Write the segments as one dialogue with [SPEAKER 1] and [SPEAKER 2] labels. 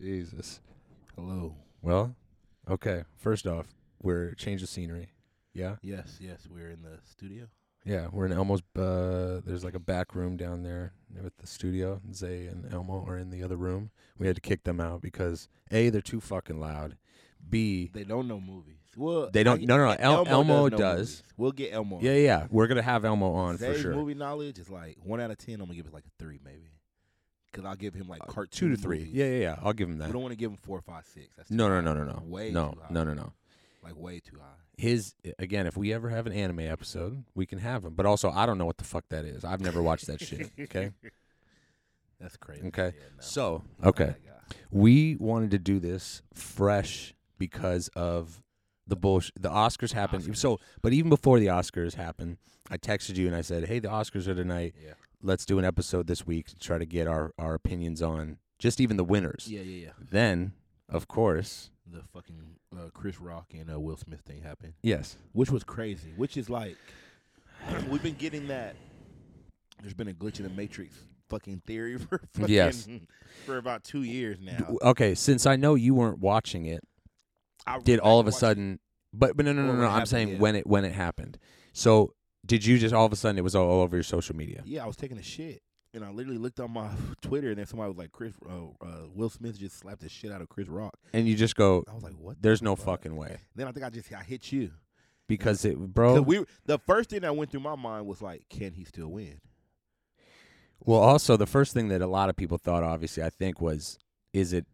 [SPEAKER 1] Jesus. Hello.
[SPEAKER 2] Well, okay. First off, we're change of scenery. Yeah,
[SPEAKER 1] Yes, yes, we're in the studio.
[SPEAKER 2] yeah. We're in Elmo's. Uh, there's like a back room down there with the studio. Zay and Elmo are in the other room. We had to kick them out because a they're too fucking loud. B
[SPEAKER 1] They don't know movies. Well,
[SPEAKER 2] They don't-
[SPEAKER 1] I-
[SPEAKER 2] no, no, no, El- Elmo
[SPEAKER 1] know
[SPEAKER 2] does.
[SPEAKER 1] movies. We'll get Elmo.
[SPEAKER 2] yeah, yeah. We're gonna have Elmo on
[SPEAKER 1] Zay's
[SPEAKER 2] for sure.
[SPEAKER 1] movie knowledge is like one out of ten. I'm gonna give it like a three maybe, because I'll give him like cartoon
[SPEAKER 2] Uh, Two to three.
[SPEAKER 1] movies.
[SPEAKER 2] Yeah, yeah, yeah. I'll give him
[SPEAKER 1] We
[SPEAKER 2] that.
[SPEAKER 1] don't want to give him four, five, six. That's too
[SPEAKER 2] No, no,
[SPEAKER 1] high.
[SPEAKER 2] no, no, no.
[SPEAKER 1] Way
[SPEAKER 2] no,
[SPEAKER 1] too high.
[SPEAKER 2] no, no, no.
[SPEAKER 1] Like way too high.
[SPEAKER 2] his again if we ever have an anime episode we can have him but also i don't know what the fuck that is i've never watched that shit okay
[SPEAKER 1] That's crazy.
[SPEAKER 2] Okay.
[SPEAKER 1] Yeah, no.
[SPEAKER 2] so
[SPEAKER 1] Not
[SPEAKER 2] okay
[SPEAKER 1] that guy.
[SPEAKER 2] we wanted to do this fresh because of the bullshit the oscars happened
[SPEAKER 1] Oscars.
[SPEAKER 2] so but even before the oscars happened i texted you and i said hey the oscars are tonight
[SPEAKER 1] Yeah.
[SPEAKER 2] let's do an episode this week to try to get our our opinions on just even the winners
[SPEAKER 1] Yeah, yeah, yeah.
[SPEAKER 2] then of course
[SPEAKER 1] The fucking uh, Chris Rock and uh, Will Smith thing happened,
[SPEAKER 2] yes
[SPEAKER 1] which was crazy. Which is like, we've been getting that. There's been a glitch in the matrix fucking theory for fucking
[SPEAKER 2] Yes.
[SPEAKER 1] for about two years now.
[SPEAKER 2] okay since i know you weren't watching it
[SPEAKER 1] I
[SPEAKER 2] did all of a
[SPEAKER 1] watched it.
[SPEAKER 2] sudden but but no no
[SPEAKER 1] Or
[SPEAKER 2] no
[SPEAKER 1] when
[SPEAKER 2] no,
[SPEAKER 1] it
[SPEAKER 2] i'm
[SPEAKER 1] happened,
[SPEAKER 2] saying
[SPEAKER 1] yeah.
[SPEAKER 2] when it when it happened so did you just all of a sudden it was all over your social media
[SPEAKER 1] Yeah, I was taking a shit, and I literally looked on my Twitter, and then somebody was like, "Chris, uh, uh, Will Smith just slapped the shit out of Chris Rock."
[SPEAKER 2] and you just go
[SPEAKER 1] I was like, "What?" the
[SPEAKER 2] there's no
[SPEAKER 1] fuck?"
[SPEAKER 2] fucking way
[SPEAKER 1] Then I think I just I hit you.
[SPEAKER 2] because it
[SPEAKER 1] 'Cause
[SPEAKER 2] bro
[SPEAKER 1] We the first thing that went through my mind was like, "Can he still win?"
[SPEAKER 2] well also the first thing that a lot of people thought obviously i think was is it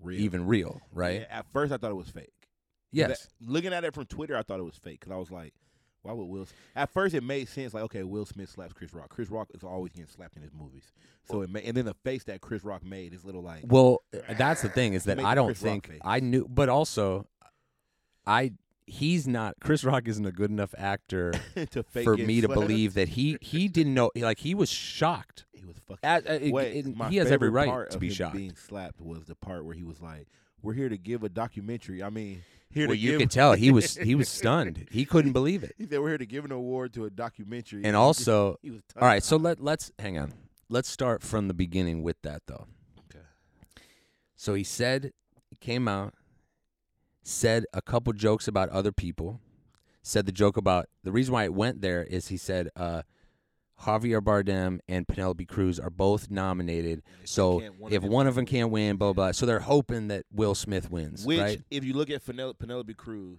[SPEAKER 1] Real.
[SPEAKER 2] even real right
[SPEAKER 1] Yeah, at first, I thought it was fake.
[SPEAKER 2] yes
[SPEAKER 1] That- looking at it from Twitter, I thought it was fake because I was like, "Why would Will?" S- At first, it made sense. Like, okay, Will Smith slaps Chris Rock. Chris Rock is always getting slapped in his movies. So it ma- and then the face that Chris Rock made is little like,
[SPEAKER 2] well uh, that's the thing is that
[SPEAKER 1] made
[SPEAKER 2] i
[SPEAKER 1] the
[SPEAKER 2] don't
[SPEAKER 1] Chris Rock
[SPEAKER 2] think
[SPEAKER 1] face.
[SPEAKER 2] i knew but also i he's not chris rock isn't a good enough actor
[SPEAKER 1] to fake
[SPEAKER 2] for
[SPEAKER 1] getting
[SPEAKER 2] me to
[SPEAKER 1] slapped.
[SPEAKER 2] believe that he he didn't know like he was shocked
[SPEAKER 1] He was fucking.
[SPEAKER 2] As- uh, it-
[SPEAKER 1] Wait,
[SPEAKER 2] it-
[SPEAKER 1] my
[SPEAKER 2] he has every
[SPEAKER 1] favorite
[SPEAKER 2] right
[SPEAKER 1] part
[SPEAKER 2] to
[SPEAKER 1] of
[SPEAKER 2] be
[SPEAKER 1] him
[SPEAKER 2] shocked.
[SPEAKER 1] Being slapped was the part where he was like, "We're here to give a documentary." I mean, here
[SPEAKER 2] Well,
[SPEAKER 1] to
[SPEAKER 2] you
[SPEAKER 1] give.
[SPEAKER 2] could tell he was he was stunned. He couldn't believe it.
[SPEAKER 1] he said, "We're here to give an award to a documentary."
[SPEAKER 2] And
[SPEAKER 1] he just-
[SPEAKER 2] also,
[SPEAKER 1] he was.
[SPEAKER 2] all right, so let let's hang on. Let's start from the beginning with that though.
[SPEAKER 1] Okay.
[SPEAKER 2] So he said he came out said a couple jokes about other people. Said the joke about the reason why it went there is he said uh Javier Bardem and Penelope Cruz are both nominated.
[SPEAKER 1] And if
[SPEAKER 2] So
[SPEAKER 1] can't,
[SPEAKER 2] if
[SPEAKER 1] them
[SPEAKER 2] one of
[SPEAKER 1] can
[SPEAKER 2] them can't win, blah blah. So they're hoping that Will Smith wins,
[SPEAKER 1] Which,
[SPEAKER 2] right?
[SPEAKER 1] if you look at Penel- Penelope Cruz,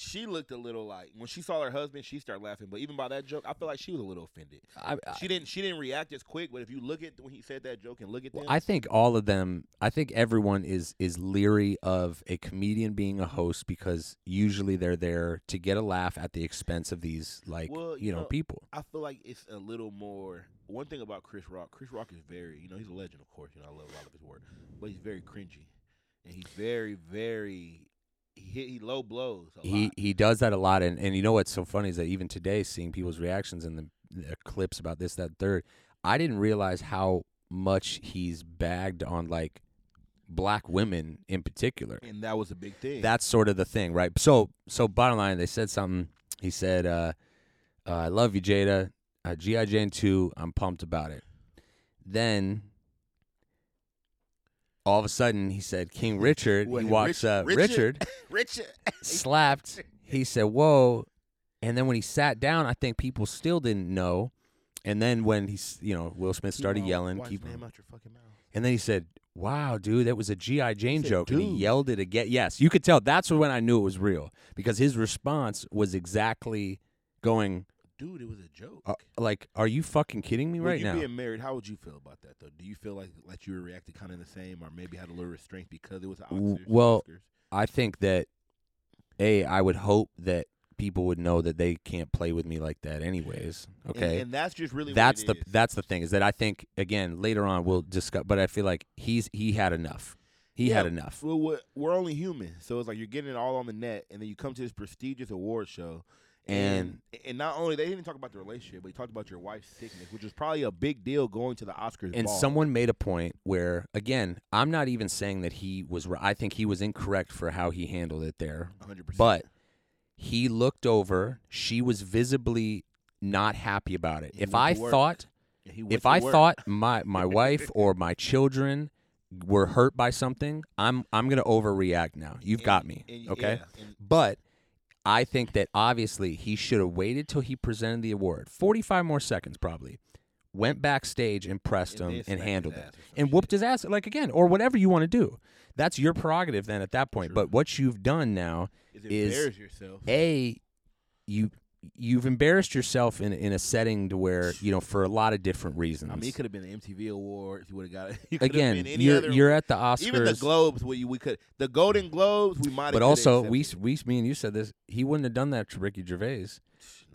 [SPEAKER 1] she looked a little like when she saw her husband, she started laughing. But even by that joke, I feel like she was a little offended.
[SPEAKER 2] I, I-
[SPEAKER 1] She didn't. She didn't react as quick. But if you look at when he said that joke and look at
[SPEAKER 2] Well,
[SPEAKER 1] them,
[SPEAKER 2] I think all of them. I think everyone is is leery of a comedian being a host because usually they're there to get a laugh at the expense of these like
[SPEAKER 1] Well,
[SPEAKER 2] you,
[SPEAKER 1] you
[SPEAKER 2] know,
[SPEAKER 1] know-
[SPEAKER 2] people.
[SPEAKER 1] I feel like it's a little more. One thing about Chris Rock, Chris Rock is very, you know, he's a legend, of course. You know, I love a lot of his work, but he's very cringy, and he's very, very. He hit, he low blows. A
[SPEAKER 2] He
[SPEAKER 1] lot.
[SPEAKER 2] he does that a lot, and and you know what's so funny is that even today, seeing people's reactions in the, the clips about this, that, third, I didn't realize how much he's bagged on like black women in particular.
[SPEAKER 1] and that was a big thing.
[SPEAKER 2] that's sort of the thing, right? So, so bottom line, they said something. He said, uh, uh, "I love you, Jada. Uh, GI Jane two. I'm pumped about it." Then, all of a sudden, he said, "King Richard."
[SPEAKER 1] Wait,
[SPEAKER 2] he walks
[SPEAKER 1] Rich-
[SPEAKER 2] up. Richard
[SPEAKER 1] Richard? Richard.
[SPEAKER 2] slapped. He said, "Whoa!" And then when he sat down, I think people still didn't know. And then when he, s- you know, Will Smith started yelling,
[SPEAKER 1] Watch
[SPEAKER 2] keep,
[SPEAKER 1] name out your fucking mouth.
[SPEAKER 2] and then he said, "Wow, dude, that was a GI Jane
[SPEAKER 1] said,
[SPEAKER 2] joke." And he
[SPEAKER 1] "Dude."
[SPEAKER 2] yelled it again. Yes, you could tell that's when I knew it was real because his response was exactly going
[SPEAKER 1] Dude, it was a joke.
[SPEAKER 2] uh, like, "Are you fucking kidding me
[SPEAKER 1] Well,
[SPEAKER 2] right
[SPEAKER 1] you
[SPEAKER 2] now?"
[SPEAKER 1] being married, how would you feel about that though? Do you feel like like you reacted kind of the same, or maybe had a little restraint because it was the
[SPEAKER 2] W-
[SPEAKER 1] Oscars?
[SPEAKER 2] well,
[SPEAKER 1] Oscars?
[SPEAKER 2] I think that a I would hope that people would know that they can't play with me like that anyways.
[SPEAKER 1] And-
[SPEAKER 2] Okay.
[SPEAKER 1] and, that's just really
[SPEAKER 2] that's
[SPEAKER 1] what
[SPEAKER 2] the
[SPEAKER 1] it is.
[SPEAKER 2] that's the thing is that I think again later on we'll discuss but I feel like he's he had enough. He had
[SPEAKER 1] Yeah,
[SPEAKER 2] enough.
[SPEAKER 1] Well, we're, we're only human, so it's like you're getting it all on the net, and then you come to this prestigious award show, and and, not only they didn't talk about the relationship, but you talked about your wife's sickness, which is probably a big deal going to the Oscars.
[SPEAKER 2] and
[SPEAKER 1] ball.
[SPEAKER 2] someone made a point where again i'm not even saying that he was ri- i think he was incorrect for how he handled it there
[SPEAKER 1] 100%.
[SPEAKER 2] but he looked over she was visibly not happy about it
[SPEAKER 1] He
[SPEAKER 2] if
[SPEAKER 1] went
[SPEAKER 2] i
[SPEAKER 1] to work.
[SPEAKER 2] thought
[SPEAKER 1] And he went
[SPEAKER 2] if
[SPEAKER 1] to
[SPEAKER 2] i
[SPEAKER 1] work.
[SPEAKER 2] thought my my wife or my children were hurt by something, I'm I'm gonna overreact now. You've
[SPEAKER 1] And-
[SPEAKER 2] got me.
[SPEAKER 1] and-
[SPEAKER 2] Okay.
[SPEAKER 1] yeah, and-
[SPEAKER 2] But I think that obviously he should have waited till he presented the award, 45 more seconds probably, went backstage and pressed
[SPEAKER 1] And
[SPEAKER 2] him
[SPEAKER 1] then
[SPEAKER 2] and
[SPEAKER 1] smacked his
[SPEAKER 2] handled it
[SPEAKER 1] ass or some
[SPEAKER 2] and
[SPEAKER 1] shit.
[SPEAKER 2] whooped his ass, like again, or whatever you want to do. That's your prerogative then at that point.
[SPEAKER 1] Sure.
[SPEAKER 2] But what you've done now,
[SPEAKER 1] is
[SPEAKER 2] is-
[SPEAKER 1] embarrass yourself.
[SPEAKER 2] A, you. You've embarrassed yourself in, in a setting to where you know for a lot of different reasons.
[SPEAKER 1] I mean, it could have been an MTV award. If you would have got it, it could've
[SPEAKER 2] Again,
[SPEAKER 1] been any
[SPEAKER 2] you're
[SPEAKER 1] other,
[SPEAKER 2] you're at the Oscars.
[SPEAKER 1] even the Globes. Where you, we could the Golden Globes. We might.
[SPEAKER 2] but also we we me and you said this he wouldn't have done that to Ricky Gervais.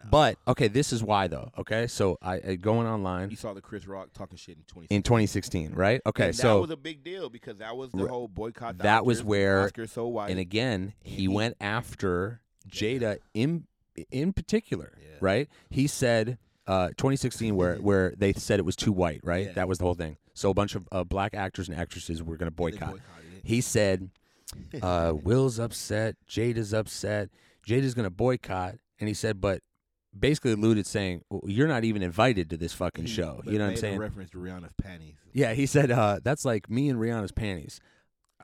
[SPEAKER 2] But okay, this is why though. Okay, so I, I going
[SPEAKER 1] you
[SPEAKER 2] online
[SPEAKER 1] saw the Chris Rock talking shit in 2016.
[SPEAKER 2] in 2016, right? Okay,
[SPEAKER 1] And that
[SPEAKER 2] so
[SPEAKER 1] was a big deal because that was the
[SPEAKER 2] Ri-
[SPEAKER 1] whole boycott. the
[SPEAKER 2] that was
[SPEAKER 1] Oscars,
[SPEAKER 2] where-
[SPEAKER 1] Oscars so white.
[SPEAKER 2] and again
[SPEAKER 1] and
[SPEAKER 2] he
[SPEAKER 1] he-
[SPEAKER 2] went after Jada in in particular,
[SPEAKER 1] Yeah.
[SPEAKER 2] right? He said uh, 2016 where where they said it was too white, right?
[SPEAKER 1] Yeah.
[SPEAKER 2] That was the whole thing. So a bunch of uh, black actors and actresses were going to
[SPEAKER 1] They
[SPEAKER 2] boycott.
[SPEAKER 1] boycotted it.
[SPEAKER 2] He said, uh, Will's upset. Jada's upset. Jada's going to boycott. And he said, but basically alluded saying, well, you're not even invited to this fucking
[SPEAKER 1] He-
[SPEAKER 2] show.
[SPEAKER 1] Hmm. but
[SPEAKER 2] You know what I'm
[SPEAKER 1] made a
[SPEAKER 2] saying?
[SPEAKER 1] Reference to Rihanna's panties.
[SPEAKER 2] yeah, he said, uh, that's like me and Rihanna's panties.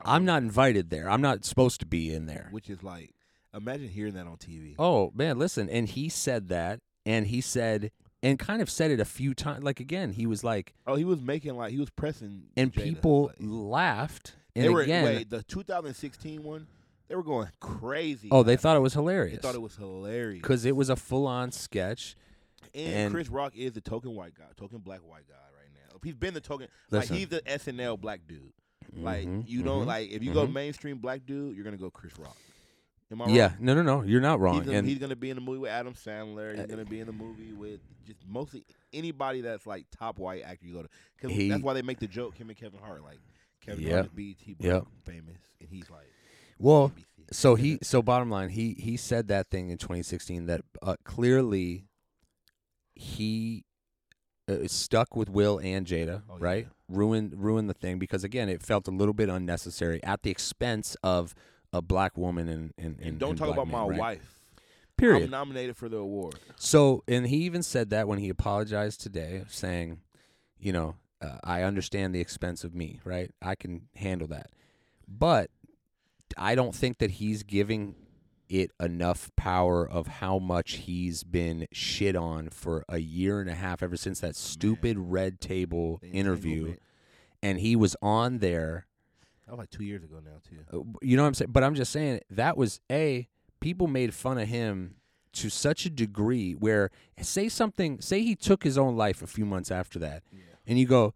[SPEAKER 2] I'm not invited there. I'm not supposed to be in there.
[SPEAKER 1] Which is like, imagine hearing that on TV.
[SPEAKER 2] Oh, man, listen. And he said that. And he said, and kind of said it a few times. Like, again, he was like,
[SPEAKER 1] Oh, he was making like he was pressing,
[SPEAKER 2] and
[SPEAKER 1] Jada,
[SPEAKER 2] people
[SPEAKER 1] like-
[SPEAKER 2] laughed.
[SPEAKER 1] they
[SPEAKER 2] And
[SPEAKER 1] were
[SPEAKER 2] again,
[SPEAKER 1] wait, the 2016 one. They were going crazy.
[SPEAKER 2] oh, they
[SPEAKER 1] laughing.
[SPEAKER 2] thought it was
[SPEAKER 1] they
[SPEAKER 2] hilarious.
[SPEAKER 1] thought it was hilarious
[SPEAKER 2] because it was a full-on sketch.
[SPEAKER 1] And,
[SPEAKER 2] and-
[SPEAKER 1] Chris Rock is the token white guy, token black white guy right now. He's been the token.
[SPEAKER 2] Listen.
[SPEAKER 1] Like he's the SNL black dude. Like
[SPEAKER 2] Mhm,
[SPEAKER 1] you know,
[SPEAKER 2] mhm.
[SPEAKER 1] like if you go
[SPEAKER 2] mhm.
[SPEAKER 1] mainstream black dude, you're gonna go Chris Rock. Am I wrong?
[SPEAKER 2] Yeah, no, no, no. You're not
[SPEAKER 1] He's
[SPEAKER 2] wrong.
[SPEAKER 1] gonna,
[SPEAKER 2] and
[SPEAKER 1] he's gonna be in the movie with Adam Sandler. He's
[SPEAKER 2] Uh,
[SPEAKER 1] gonna be in the movie with just mostly anybody that's like top white actor you go to. 'Cause
[SPEAKER 2] He-
[SPEAKER 1] that's why they make the joke him and Kevin Hart. Like Kevin
[SPEAKER 2] Yep.
[SPEAKER 1] Hart is BET
[SPEAKER 2] Yep.
[SPEAKER 1] famous, and he's like
[SPEAKER 2] well,
[SPEAKER 1] NBC.
[SPEAKER 2] so he, so bottom line, he he said that thing in 2016 that uh, clearly he uh, stuck with Will and Jada,
[SPEAKER 1] Oh, yeah.
[SPEAKER 2] right? Ruined ruined the thing because again, it felt a little bit unnecessary at the expense of a black woman and and, and
[SPEAKER 1] And don't
[SPEAKER 2] and
[SPEAKER 1] talk
[SPEAKER 2] black
[SPEAKER 1] about my
[SPEAKER 2] men, right?
[SPEAKER 1] wife.
[SPEAKER 2] Period.
[SPEAKER 1] I'm nominated for the award.
[SPEAKER 2] So, and he even said that when he apologized today, saying, you know, uh, I understand the expense of me, right? I can handle that. But I don't think that he's giving it enough power of how much he's been shit on for a year and a half ever since that stupid red table
[SPEAKER 1] The
[SPEAKER 2] interview.
[SPEAKER 1] entanglement.
[SPEAKER 2] And he was on there
[SPEAKER 1] That was like two years ago now too.
[SPEAKER 2] uh, you know what I'm saying? But I'm just saying that was a people made fun of him to such a degree where say something, say he took his own life a few months after that,
[SPEAKER 1] Yeah.
[SPEAKER 2] and you go,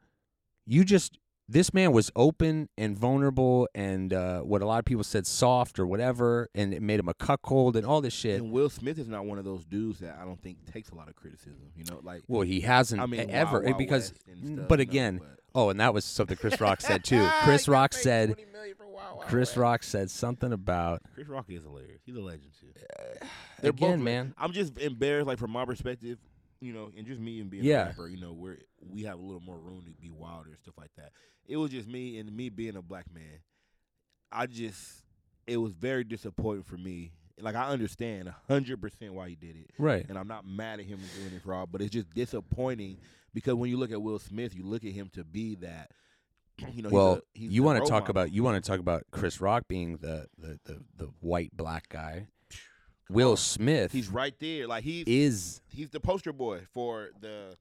[SPEAKER 2] you just this man was open and vulnerable and uh, what a lot of people said soft or whatever, and it made him a cuckold and all this shit.
[SPEAKER 1] And Will Smith is not one of those dudes that I don't think takes a lot of criticism. You know, like
[SPEAKER 2] Well, he hasn't
[SPEAKER 1] I mean,
[SPEAKER 2] ever
[SPEAKER 1] Wild Wild
[SPEAKER 2] because,
[SPEAKER 1] West and stuff,
[SPEAKER 2] but
[SPEAKER 1] you know,
[SPEAKER 2] again,
[SPEAKER 1] but-
[SPEAKER 2] oh, and that was something Chris Rock said too. Chris
[SPEAKER 1] You
[SPEAKER 2] Rock
[SPEAKER 1] paid
[SPEAKER 2] said,
[SPEAKER 1] 20 million for Wild Wild
[SPEAKER 2] Chris
[SPEAKER 1] West.
[SPEAKER 2] Rock said something about
[SPEAKER 1] Chris Rock is hilarious. He's a legend too.
[SPEAKER 2] again,
[SPEAKER 1] They're both le-
[SPEAKER 2] man.
[SPEAKER 1] I'm just embarrassed, like from my perspective, you know, and just me and being
[SPEAKER 2] Yeah.
[SPEAKER 1] a rapper, you know, we're we have a little more room to be wilder and stuff like that. It was just me and me being a black man. I just it was very disappointing for me. Like I understand hundred percent why he did it.
[SPEAKER 2] right.
[SPEAKER 1] And I'm not mad at him for doing it raw, but it's just disappointing because when you look at Will Smith, you look at him to be that. You know, he's
[SPEAKER 2] well,
[SPEAKER 1] a- he's
[SPEAKER 2] you
[SPEAKER 1] the
[SPEAKER 2] want to
[SPEAKER 1] role
[SPEAKER 2] talk
[SPEAKER 1] model.
[SPEAKER 2] about you want to talk about Chris Rock being the the the, the white black guy. Will
[SPEAKER 1] on.
[SPEAKER 2] Smith
[SPEAKER 1] He's right there, like he's
[SPEAKER 2] is
[SPEAKER 1] he's the poster boy for the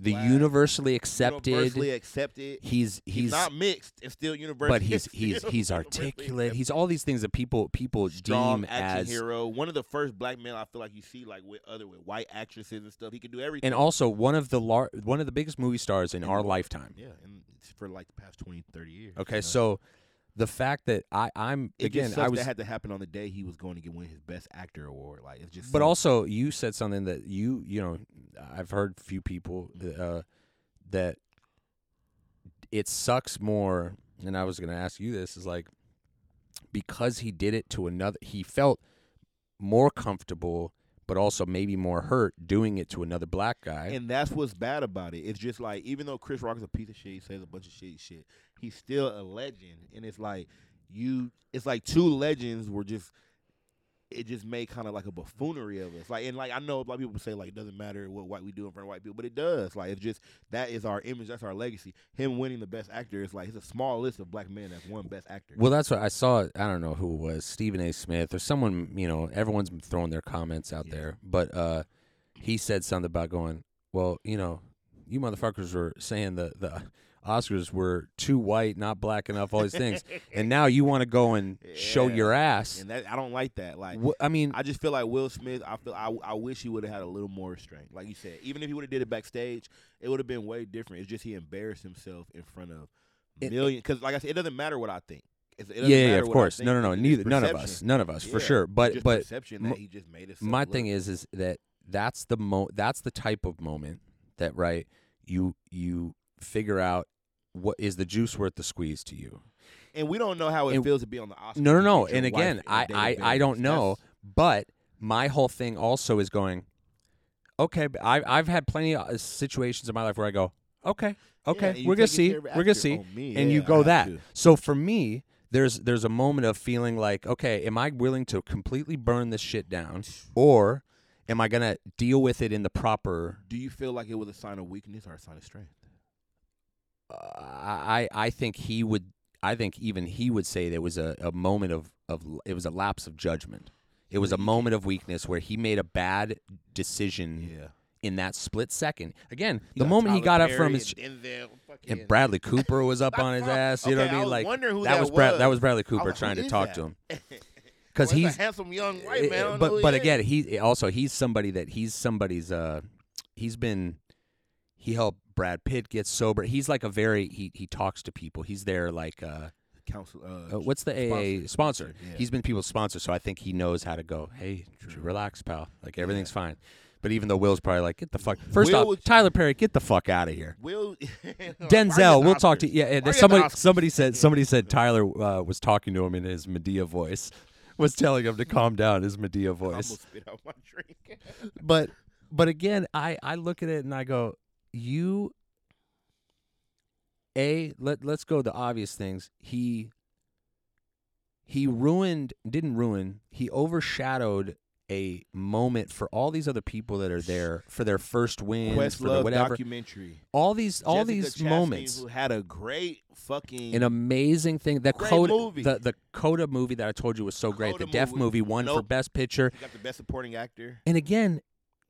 [SPEAKER 2] the
[SPEAKER 1] black,
[SPEAKER 2] universally accepted.
[SPEAKER 1] universally accepted.
[SPEAKER 2] he's
[SPEAKER 1] He's,
[SPEAKER 2] he's
[SPEAKER 1] not mixed and still universally.
[SPEAKER 2] but he's he's
[SPEAKER 1] still
[SPEAKER 2] he's
[SPEAKER 1] universally
[SPEAKER 2] articulate.
[SPEAKER 1] accepted.
[SPEAKER 2] He's all these things that people people
[SPEAKER 1] strong
[SPEAKER 2] deem
[SPEAKER 1] action
[SPEAKER 2] as
[SPEAKER 1] hero. One of the first black men I feel like you see like with other with white actresses and stuff. He could do everything.
[SPEAKER 2] and also one of the lar- one of the biggest movie stars in our lifetime.
[SPEAKER 1] yeah, and it's for like the past 20, 30 years.
[SPEAKER 2] Okay,
[SPEAKER 1] you know?
[SPEAKER 2] so the fact that I I'm
[SPEAKER 1] It
[SPEAKER 2] again
[SPEAKER 1] just sucks
[SPEAKER 2] I was
[SPEAKER 1] that had to happen on the day he was going to get win his best actor award. Like it's just
[SPEAKER 2] But
[SPEAKER 1] so-
[SPEAKER 2] also, you said something that you you know I've heard few people uh, that it sucks more. And I was going to ask you this is like because he did it to another, he felt more comfortable, but also maybe more hurt doing it to another black guy.
[SPEAKER 1] and that's what's bad about it. It's just like even though Chris Rock is a piece of shit, he says a bunch of shit, shit, he's still a legend. And it's like you, it's like two legends were just. it just made kind of like a buffoonery of us. Like and like I know a lot of people say like it doesn't matter what white we do in front of white people, but it does. Like it's just that is our image, that's our legacy. Him winning the best actor is like it's a small list of black men that's won best actor.
[SPEAKER 2] Well, that's what I saw. I don't know who it was, Stephen A. Smith or someone. You know, everyone's been throwing their comments out
[SPEAKER 1] Yeah.
[SPEAKER 2] there, but uh, he said something about going. Well, you know, you motherfuckers were saying the the Oscars were too white, not black enough, all these things, and now you want to go and show
[SPEAKER 1] Yeah.
[SPEAKER 2] your ass.
[SPEAKER 1] and that I don't like that. Like
[SPEAKER 2] Wha- I mean,
[SPEAKER 1] I just feel like Will Smith. I feel I, I wish he would have had a little more restraint. Like you said, even if he would have did it backstage, it would have been way different. It's just he embarrassed himself in front of
[SPEAKER 2] It-
[SPEAKER 1] million. Because like I said, it doesn't matter what I think. It's- It
[SPEAKER 2] yeah,
[SPEAKER 1] doesn't
[SPEAKER 2] yeah,
[SPEAKER 1] matter
[SPEAKER 2] of
[SPEAKER 1] what I
[SPEAKER 2] course.
[SPEAKER 1] think.
[SPEAKER 2] No, no, no.
[SPEAKER 1] It's
[SPEAKER 2] Neither,
[SPEAKER 1] just
[SPEAKER 2] none of
[SPEAKER 1] perception.
[SPEAKER 2] us, none of us, for
[SPEAKER 1] Yeah.
[SPEAKER 2] sure. But
[SPEAKER 1] Just
[SPEAKER 2] but
[SPEAKER 1] perception
[SPEAKER 2] my-
[SPEAKER 1] that he just made himself.
[SPEAKER 2] my
[SPEAKER 1] look.
[SPEAKER 2] thing is is that that's the mo that's the type of moment that right you you figure out what is the juice worth the squeeze to you
[SPEAKER 1] and we don't know how it
[SPEAKER 2] and-
[SPEAKER 1] feels to be on the Oscars.
[SPEAKER 2] no no
[SPEAKER 1] with
[SPEAKER 2] no
[SPEAKER 1] your
[SPEAKER 2] and
[SPEAKER 1] wife
[SPEAKER 2] again i
[SPEAKER 1] David
[SPEAKER 2] i, I
[SPEAKER 1] Bowie.
[SPEAKER 2] don't know
[SPEAKER 1] That's-
[SPEAKER 2] but my whole thing also is going okay but I, i've had plenty of uh, situations in my life where i go okay
[SPEAKER 1] Yeah,
[SPEAKER 2] okay
[SPEAKER 1] and you
[SPEAKER 2] we're gonna
[SPEAKER 1] take
[SPEAKER 2] see
[SPEAKER 1] your
[SPEAKER 2] we're
[SPEAKER 1] favorite
[SPEAKER 2] gonna
[SPEAKER 1] actor
[SPEAKER 2] see
[SPEAKER 1] on me.
[SPEAKER 2] and you
[SPEAKER 1] Yeah, I
[SPEAKER 2] go
[SPEAKER 1] have
[SPEAKER 2] that.
[SPEAKER 1] to.
[SPEAKER 2] So for me, there's there's a moment of feeling like, okay, am I willing to completely burn this shit down, or am I gonna deal with it in the proper?
[SPEAKER 1] Do you feel like it was a sign of weakness or a sign of strength?
[SPEAKER 2] Uh, I I think he would. I think even he would say there was a, a moment of, of it was a lapse of judgment. It was a moment of weakness where he made a bad decision
[SPEAKER 1] Yeah.
[SPEAKER 2] in that split second. Again, Mm-hmm.
[SPEAKER 1] You
[SPEAKER 2] the
[SPEAKER 1] got
[SPEAKER 2] moment he
[SPEAKER 1] Tyler
[SPEAKER 2] got up
[SPEAKER 1] Perry
[SPEAKER 2] from his
[SPEAKER 1] and, Denzel fucking-
[SPEAKER 2] and Bradley Cooper was up
[SPEAKER 1] That's
[SPEAKER 2] on his
[SPEAKER 1] fine.
[SPEAKER 2] ass. You know what I
[SPEAKER 1] Okay,
[SPEAKER 2] mean?
[SPEAKER 1] I was
[SPEAKER 2] like
[SPEAKER 1] wondering who
[SPEAKER 2] that,
[SPEAKER 1] that
[SPEAKER 2] was Brad. That
[SPEAKER 1] was.
[SPEAKER 2] was Bradley Cooper
[SPEAKER 1] like, who
[SPEAKER 2] trying to
[SPEAKER 1] is
[SPEAKER 2] talk
[SPEAKER 1] that?
[SPEAKER 2] to him because
[SPEAKER 1] Well,
[SPEAKER 2] he's
[SPEAKER 1] a handsome young
[SPEAKER 2] eh,
[SPEAKER 1] white man. I don't know
[SPEAKER 2] but
[SPEAKER 1] who
[SPEAKER 2] but
[SPEAKER 1] he is.
[SPEAKER 2] again he eh, also he's somebody that he's somebody's uh he's been he helped Brad Pitt get sober. He's like a very he he talks to people. He's there like uh,
[SPEAKER 1] council. Uh,
[SPEAKER 2] uh what's the AA
[SPEAKER 1] Sponsor.
[SPEAKER 2] sponsor?
[SPEAKER 1] Yeah.
[SPEAKER 2] He's been people's sponsor, so I think he knows how to go. Hey,
[SPEAKER 1] True.
[SPEAKER 2] relax, pal. Like everything's fine. But even though Will's probably like, get the fuck. First
[SPEAKER 1] Will
[SPEAKER 2] off,
[SPEAKER 1] was-
[SPEAKER 2] Tyler Perry, get the fuck out of here.
[SPEAKER 1] Will
[SPEAKER 2] Denzel, we'll talk to you. Yeah,
[SPEAKER 1] Why
[SPEAKER 2] and
[SPEAKER 1] you at the
[SPEAKER 2] somebody
[SPEAKER 1] Oscars?
[SPEAKER 2] somebody said somebody said Tyler uh, was talking to him in his Medea voice, was telling him to calm down his Medea
[SPEAKER 1] I
[SPEAKER 2] voice.
[SPEAKER 1] almost spit out my drink.
[SPEAKER 2] But but again, I I look at it and I go, you. A let let's go the obvious things. He. He ruined, didn't ruin. He overshadowed a moment for all these other people that are there for their first wins, for their
[SPEAKER 1] Questlove
[SPEAKER 2] whatever.
[SPEAKER 1] documentary.
[SPEAKER 2] all these, all
[SPEAKER 1] Jessica
[SPEAKER 2] these
[SPEAKER 1] Chastain,
[SPEAKER 2] moments
[SPEAKER 1] Who had a great fucking
[SPEAKER 2] an amazing thing. The
[SPEAKER 1] Great
[SPEAKER 2] Coda,
[SPEAKER 1] movie.
[SPEAKER 2] the the Coda movie that I told you was so great.
[SPEAKER 1] Coda
[SPEAKER 2] the Deaf
[SPEAKER 1] movie.
[SPEAKER 2] movie won for
[SPEAKER 1] Nope.
[SPEAKER 2] Best Picture.
[SPEAKER 1] he got the best supporting actor.
[SPEAKER 2] And again,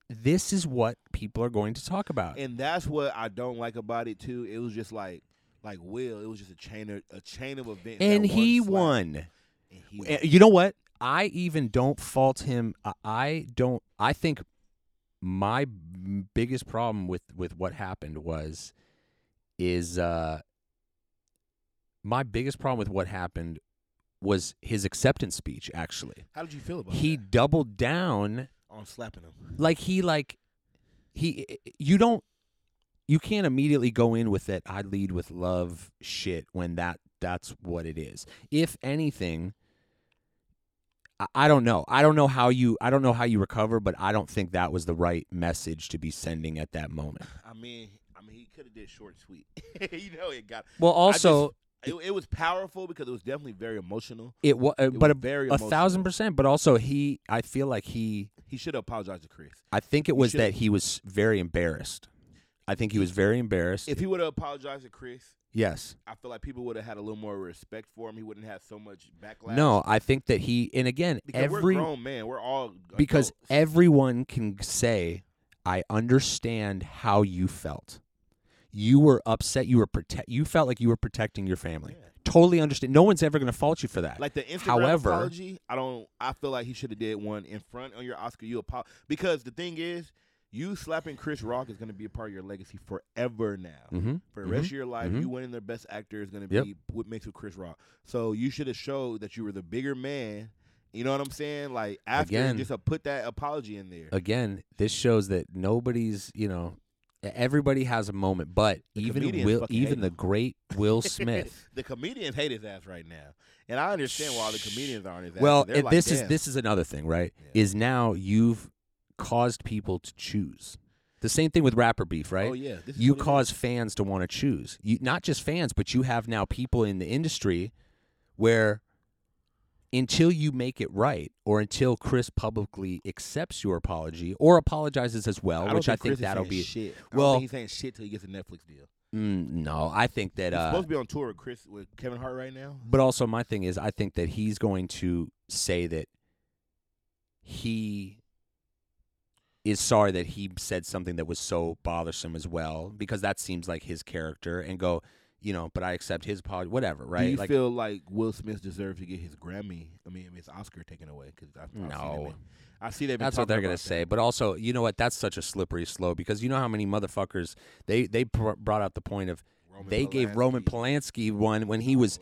[SPEAKER 2] this is what people are going to talk about.
[SPEAKER 1] And that's what I don't like about it too. It was just like like Will, it was just a chain of a chain of events. that
[SPEAKER 2] and
[SPEAKER 1] one
[SPEAKER 2] he
[SPEAKER 1] slap-
[SPEAKER 2] won.
[SPEAKER 1] And he
[SPEAKER 2] Uh,
[SPEAKER 1] won.
[SPEAKER 2] You know what? I even don't fault him. I- I don't. I think my m- biggest problem with with what happened was is uh my biggest problem with what happened was his acceptance speech actually
[SPEAKER 1] How did you feel about
[SPEAKER 2] he
[SPEAKER 1] that?
[SPEAKER 2] doubled down
[SPEAKER 1] on slapping him?
[SPEAKER 2] like he like he you don't you can't immediately go in with that i lead with love shit when that that's what it is if anything I- I don't know. I don't know how you. I don't know how you recover, but I don't think that was the right message to be sending at that moment.
[SPEAKER 1] I mean, I mean, he could have did short and sweet. you know, it got
[SPEAKER 2] Well,
[SPEAKER 1] I
[SPEAKER 2] also
[SPEAKER 1] just- it, it was powerful because it was definitely very emotional.
[SPEAKER 2] it, wa uh
[SPEAKER 1] It
[SPEAKER 2] but
[SPEAKER 1] was
[SPEAKER 2] a,
[SPEAKER 1] very
[SPEAKER 2] a thousand
[SPEAKER 1] emotional.
[SPEAKER 2] percent. But also he. I feel like he.
[SPEAKER 1] He should have apologized to Chris.
[SPEAKER 2] I think it
[SPEAKER 1] He
[SPEAKER 2] was
[SPEAKER 1] should've-
[SPEAKER 2] that he was very embarrassed. I think he was very embarrassed.
[SPEAKER 1] If he would have apologized to Chris,
[SPEAKER 2] yes.
[SPEAKER 1] I feel like people would have had a little more respect for him. He wouldn't have so much backlash.
[SPEAKER 2] No, I think that he. And again,
[SPEAKER 1] because
[SPEAKER 2] every
[SPEAKER 1] we're grown man, we're all
[SPEAKER 2] because e,
[SPEAKER 1] adults.
[SPEAKER 2] everyone can say, "I understand how you felt. You were upset. You were protect. You felt like you were protecting your family.
[SPEAKER 1] Yeah.
[SPEAKER 2] Totally understand. No one's ever going to fault you for that.
[SPEAKER 1] Like the Instagram
[SPEAKER 2] However-
[SPEAKER 1] apology, I don't. I feel like he should have did one in front on your Oscar. You apo- because the thing is, you slapping Chris Rock is going to be a part of your legacy forever now.
[SPEAKER 2] mm-hmm.
[SPEAKER 1] For the rest
[SPEAKER 2] Mhm.
[SPEAKER 1] of your life,
[SPEAKER 2] Mhm.
[SPEAKER 1] you winning the best actor is going to
[SPEAKER 2] Yep.
[SPEAKER 1] be what makes with Chris Rock. So you should have showed that you were the bigger man. You know what I'm saying? Like after,
[SPEAKER 2] Again. Uh,
[SPEAKER 1] just uh, put that apology in there.
[SPEAKER 2] Again, this shows that nobody's. You know, e-, everybody has a moment. But
[SPEAKER 1] The
[SPEAKER 2] even
[SPEAKER 1] comedians
[SPEAKER 2] Will,
[SPEAKER 1] fucking hate
[SPEAKER 2] even the
[SPEAKER 1] him.
[SPEAKER 2] great Will Smith.
[SPEAKER 1] the comedians hate his ass right now, and I understand why the comedians aren't his ass.
[SPEAKER 2] Well,
[SPEAKER 1] 'cause they're
[SPEAKER 2] and
[SPEAKER 1] like,
[SPEAKER 2] this is
[SPEAKER 1] "Damn."
[SPEAKER 2] this is another thing, right?
[SPEAKER 1] Yeah.
[SPEAKER 2] Is now you've caused people to choose. The same thing with rapper beef, right?
[SPEAKER 1] Oh yeah, this is
[SPEAKER 2] you
[SPEAKER 1] what it is.
[SPEAKER 2] cause fans to want to choose. You not just fans, but you have now people in the industry where until you make it right or until Chris publicly accepts your apology or apologizes as well,
[SPEAKER 1] don't
[SPEAKER 2] which I
[SPEAKER 1] Chris
[SPEAKER 2] think
[SPEAKER 1] is
[SPEAKER 2] that'll
[SPEAKER 1] saying
[SPEAKER 2] be.
[SPEAKER 1] shit.
[SPEAKER 2] well-
[SPEAKER 1] well, he's saying shit till he gets a Netflix deal.
[SPEAKER 2] Mm, no, I think that.
[SPEAKER 1] He's
[SPEAKER 2] Uh,
[SPEAKER 1] supposed to be on tour with Chris with Kevin Hart right now.
[SPEAKER 2] but also, my thing is, I think that he's going to say that he is sorry that he said something that was so bothersome as well, because that seems like his character, and go, you know, but I accept his apology, whatever, right?
[SPEAKER 1] Do you
[SPEAKER 2] like,
[SPEAKER 1] feel like Will Smith deserves to get his Grammy? I mean, his Oscar taken away because I've, I've seen
[SPEAKER 2] No.
[SPEAKER 1] them in- I see they've been
[SPEAKER 2] That's what they're
[SPEAKER 1] talking
[SPEAKER 2] gonna
[SPEAKER 1] about that.
[SPEAKER 2] say. But also, you know what? That's such a slippery slope because you know how many motherfuckers they they pr- brought out the point of
[SPEAKER 1] Roman
[SPEAKER 2] they gave Roman
[SPEAKER 1] Polanski.
[SPEAKER 2] Polanski one when he was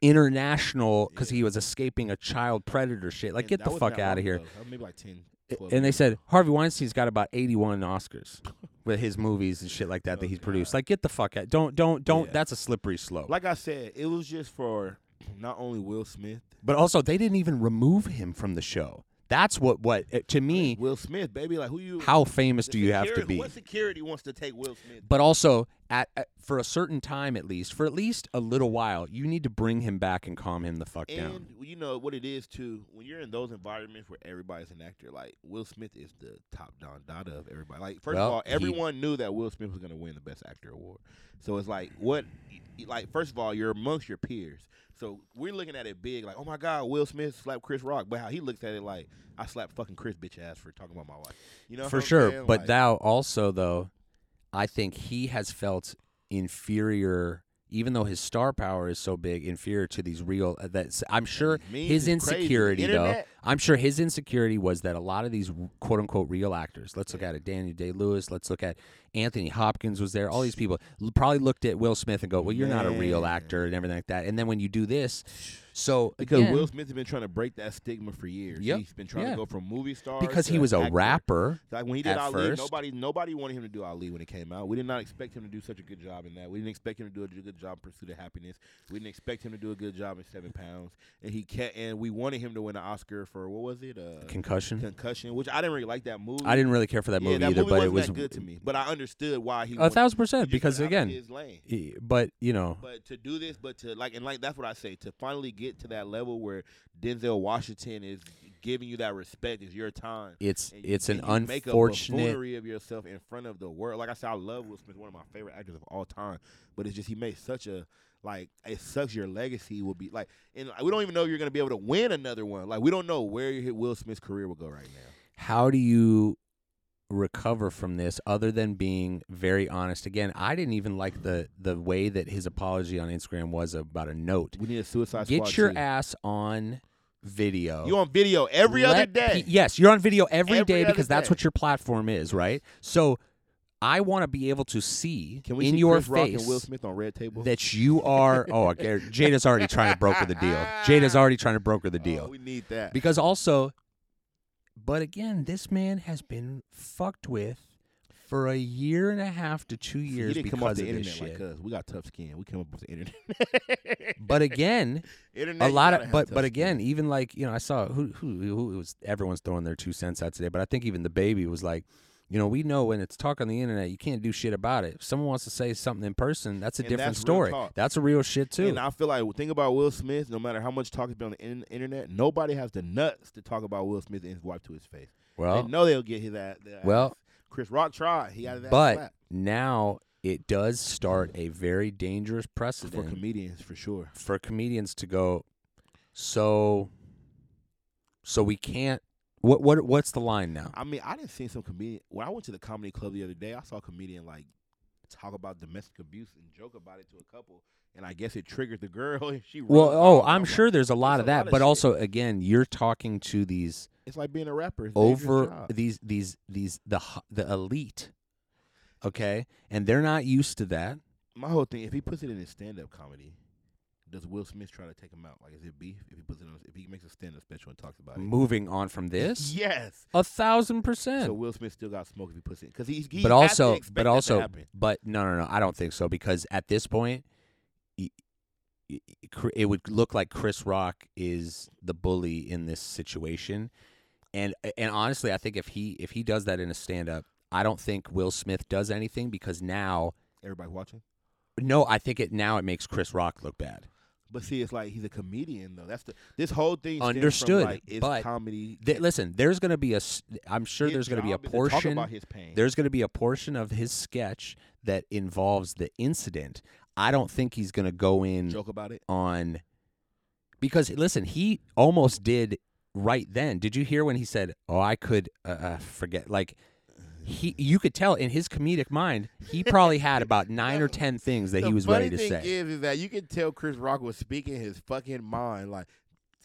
[SPEAKER 2] international because he was escaping a child predator shit. Like,
[SPEAKER 1] And
[SPEAKER 2] get
[SPEAKER 1] that
[SPEAKER 2] the
[SPEAKER 1] wasn't
[SPEAKER 2] fuck
[SPEAKER 1] that
[SPEAKER 2] out
[SPEAKER 1] long
[SPEAKER 2] of here.
[SPEAKER 1] ago. That was Maybe like 10, 12
[SPEAKER 2] And they
[SPEAKER 1] years
[SPEAKER 2] said
[SPEAKER 1] ago.
[SPEAKER 2] Harvey Weinstein's got about eighty-one Oscars with his movies and shit like that that
[SPEAKER 1] Oh,
[SPEAKER 2] he's
[SPEAKER 1] God.
[SPEAKER 2] produced. Like, get the fuck out. Don't don't don't.
[SPEAKER 1] Yeah.
[SPEAKER 2] That's a slippery slope.
[SPEAKER 1] like I said, it was just for not only Will Smith.
[SPEAKER 2] but also, they didn't even remove him from the show. That's what what uh, to me.
[SPEAKER 1] Will Smith, baby, like who you?
[SPEAKER 2] How famous
[SPEAKER 1] the
[SPEAKER 2] do you have to
[SPEAKER 1] security-
[SPEAKER 2] be?
[SPEAKER 1] What security wants to take Will Smith?
[SPEAKER 2] but also at, at for a certain time at least for at least a little while you need to bring him back and calm him the fuck down
[SPEAKER 1] And you know what it is too. When you're in those environments where everybody's an actor, like Will Smith is the top Don Dada of everybody. Like first
[SPEAKER 2] Well,
[SPEAKER 1] of all,
[SPEAKER 2] he-
[SPEAKER 1] everyone knew that Will Smith was going to win the Best Actor award. So it's like what, like first of all, you're amongst your peers. So we're looking at it big, like oh my God, Will Smith slapped Chris Rock. But how he looks at it, like I slapped fucking Chris bitch ass for talking about my wife. You know what
[SPEAKER 2] for
[SPEAKER 1] I'm
[SPEAKER 2] sure
[SPEAKER 1] saying?
[SPEAKER 2] but
[SPEAKER 1] Like,
[SPEAKER 2] thou also though i think he has felt inferior even though his star power is so big inferior to these real uh, that's i'm sure
[SPEAKER 1] he's mean,
[SPEAKER 2] his
[SPEAKER 1] he's crazy.
[SPEAKER 2] insecurity though
[SPEAKER 1] Internet-
[SPEAKER 2] i'm sure his insecurity was that a lot of these quote unquote real actors let's look at it daniel day lewis let's look at anthony hopkins was there all these people l- probably looked at will smith and go well you're not a real
[SPEAKER 1] Man.
[SPEAKER 2] actor and everything like that and then when you do this so
[SPEAKER 1] Because
[SPEAKER 2] again,
[SPEAKER 1] Will Smith has been trying to break that stigma for years.
[SPEAKER 2] Yep,
[SPEAKER 1] He's been trying
[SPEAKER 2] yeah.
[SPEAKER 1] to go from movie star
[SPEAKER 2] because
[SPEAKER 1] to
[SPEAKER 2] he was a
[SPEAKER 1] actor.
[SPEAKER 2] rapper
[SPEAKER 1] Like when he did
[SPEAKER 2] at
[SPEAKER 1] Ali,
[SPEAKER 2] first.
[SPEAKER 1] nobody nobody wanted him to do Ali when it came out. We did not expect him to do such a good job in that. We didn't expect him to do a good job in Pursuit of Happiness. We didn't expect him to do a good job in Seven Pounds. And he can't. And we wanted him to win an Oscar for what was it? Uh,
[SPEAKER 2] concussion
[SPEAKER 1] Concussion, which I didn't really like that movie.
[SPEAKER 2] I didn't really care for that movie
[SPEAKER 1] yeah, that
[SPEAKER 2] either,
[SPEAKER 1] movie
[SPEAKER 2] but it
[SPEAKER 1] wasn't
[SPEAKER 2] was Oh,
[SPEAKER 1] that good to me. But I understood why he.
[SPEAKER 2] a
[SPEAKER 1] wanted-
[SPEAKER 2] thousand
[SPEAKER 1] he
[SPEAKER 2] percent
[SPEAKER 1] just
[SPEAKER 2] because
[SPEAKER 1] went out of
[SPEAKER 2] again,
[SPEAKER 1] his lane.
[SPEAKER 2] e- but you know,
[SPEAKER 1] But to do this, but to like, and like that's what I say. To finally get to that level where Denzel Washington is giving you that respect is your time.
[SPEAKER 2] it's
[SPEAKER 1] and you-
[SPEAKER 2] it's an
[SPEAKER 1] and you make a
[SPEAKER 2] unfortunate.
[SPEAKER 1] buffoonery of yourself in front of the world. Like I said, I love Will Smith, one of my favorite actors of all time. But it's just he made such a like it sucks your legacy will be like, and like, we don't even know if you're gonna be able to win another one. Like we don't know where your- Will Smith's career will go right now.
[SPEAKER 2] How do you recover from this other than being very honest? Again, I didn't even like the the way that his apology on Instagram was about a note.
[SPEAKER 1] We need a Suicide Squad.
[SPEAKER 2] Get your
[SPEAKER 1] too.
[SPEAKER 2] ass on video.
[SPEAKER 1] You on video every other
[SPEAKER 2] Let
[SPEAKER 1] day.
[SPEAKER 2] pe- yes, you're on video every
[SPEAKER 1] Every
[SPEAKER 2] day
[SPEAKER 1] other
[SPEAKER 2] because that's
[SPEAKER 1] day.
[SPEAKER 2] what your platform is, right? So I want to be able to see
[SPEAKER 1] Can we
[SPEAKER 2] in
[SPEAKER 1] see
[SPEAKER 2] your
[SPEAKER 1] Chris Rock
[SPEAKER 2] face
[SPEAKER 1] and Will Smith on Red Table?
[SPEAKER 2] that you are. Oh, Gar- Jada's already trying to broker the deal. Jada's already trying to broker the
[SPEAKER 1] Oh,
[SPEAKER 2] deal
[SPEAKER 1] we need that.
[SPEAKER 2] because also, but again, this man has been fucked with for a year and a half to two
[SPEAKER 1] See,
[SPEAKER 2] years
[SPEAKER 1] he didn't
[SPEAKER 2] because
[SPEAKER 1] come off the
[SPEAKER 2] of this
[SPEAKER 1] internet
[SPEAKER 2] shit.
[SPEAKER 1] like us. We got tough skin. We came up with the internet.
[SPEAKER 2] but again,
[SPEAKER 1] internet
[SPEAKER 2] a
[SPEAKER 1] you
[SPEAKER 2] lot
[SPEAKER 1] gotta
[SPEAKER 2] of
[SPEAKER 1] have
[SPEAKER 2] but
[SPEAKER 1] tough
[SPEAKER 2] but
[SPEAKER 1] skin.
[SPEAKER 2] again, even like you know, I saw who who who it was everyone's throwing their two cents out today, but I think even the baby was like. You know, we know when it's talk on the internet, you can't do shit about it. If someone wants to say something in person, that's a
[SPEAKER 1] And
[SPEAKER 2] different
[SPEAKER 1] that's real
[SPEAKER 2] story.
[SPEAKER 1] talk.
[SPEAKER 2] That's a real shit too.
[SPEAKER 1] And I feel like think about Will Smith. No matter how much talk has been on the in- internet, nobody has the nuts to talk about Will Smith and his wife to his face.
[SPEAKER 2] well,
[SPEAKER 1] They know they'll get his ass. their
[SPEAKER 2] Well-
[SPEAKER 1] ass. Chris Rock tried. He got his ass
[SPEAKER 2] but
[SPEAKER 1] slapped.
[SPEAKER 2] now it does start a very dangerous
[SPEAKER 1] for
[SPEAKER 2] precedent
[SPEAKER 1] comedians for sure.
[SPEAKER 2] for comedians to go so so we can't what what what's the line now
[SPEAKER 1] I mean, I didn't see some comedian when I went to the comedy club the other day. I saw a comedian like talk about domestic abuse and joke about it to a couple, and I guess it triggered the girl. And she
[SPEAKER 2] well
[SPEAKER 1] runs
[SPEAKER 2] oh
[SPEAKER 1] off.
[SPEAKER 2] i'm
[SPEAKER 1] like,
[SPEAKER 2] sure there's a lot
[SPEAKER 1] there's
[SPEAKER 2] of
[SPEAKER 1] a
[SPEAKER 2] that
[SPEAKER 1] lot of
[SPEAKER 2] but
[SPEAKER 1] shit.
[SPEAKER 2] also again you're talking to these
[SPEAKER 1] it's like being a rapper. It's a dangerous
[SPEAKER 2] over
[SPEAKER 1] job.
[SPEAKER 2] these these these the h- the elite okay and they're not used to that
[SPEAKER 1] my whole thing, if he puts it in his stand up comedy, does Will Smith try to take him out? Like, is it beef? If he puts it on, if he makes a stand up special and talks about it,
[SPEAKER 2] moving on from this
[SPEAKER 1] yes.
[SPEAKER 2] a thousand percent
[SPEAKER 1] So Will Smith still got smoke if he puts it because he's. He
[SPEAKER 2] but
[SPEAKER 1] has to
[SPEAKER 2] also,
[SPEAKER 1] expect that
[SPEAKER 2] but
[SPEAKER 1] to
[SPEAKER 2] also,
[SPEAKER 1] happen.
[SPEAKER 2] but no, no, no. I don't think so because at this point, y- y- cr- it would look like Chris Rock is the bully in this situation, and and honestly, I think if he if he does that in a stand up, I don't think Will Smith does anything because now,
[SPEAKER 1] everybody watching.
[SPEAKER 2] no, I think it now it makes Chris Rock look bad.
[SPEAKER 1] But see, it's like he's a comedian though. That's the this whole thing stems from,
[SPEAKER 2] Understood,
[SPEAKER 1] like, it's
[SPEAKER 2] but
[SPEAKER 1] comedy.
[SPEAKER 2] Th- listen, there's going to be a. s- I'm sure
[SPEAKER 1] His
[SPEAKER 2] there's going to be a
[SPEAKER 1] job is to talk
[SPEAKER 2] portion.
[SPEAKER 1] about his pain.
[SPEAKER 2] There's going to be a portion of his sketch that involves the incident. I don't think he's going to go in
[SPEAKER 1] joke about it.
[SPEAKER 2] on because listen, he almost did right then. Did you hear when he said, "Oh, I could uh, uh, forget"? Like he, you could tell in his comedic mind, he probably had about nine or ten things that
[SPEAKER 1] the
[SPEAKER 2] he was
[SPEAKER 1] funny
[SPEAKER 2] ready to
[SPEAKER 1] thing
[SPEAKER 2] say.
[SPEAKER 1] Is, is that you can tell Chris Rock was speaking his fucking mind. Like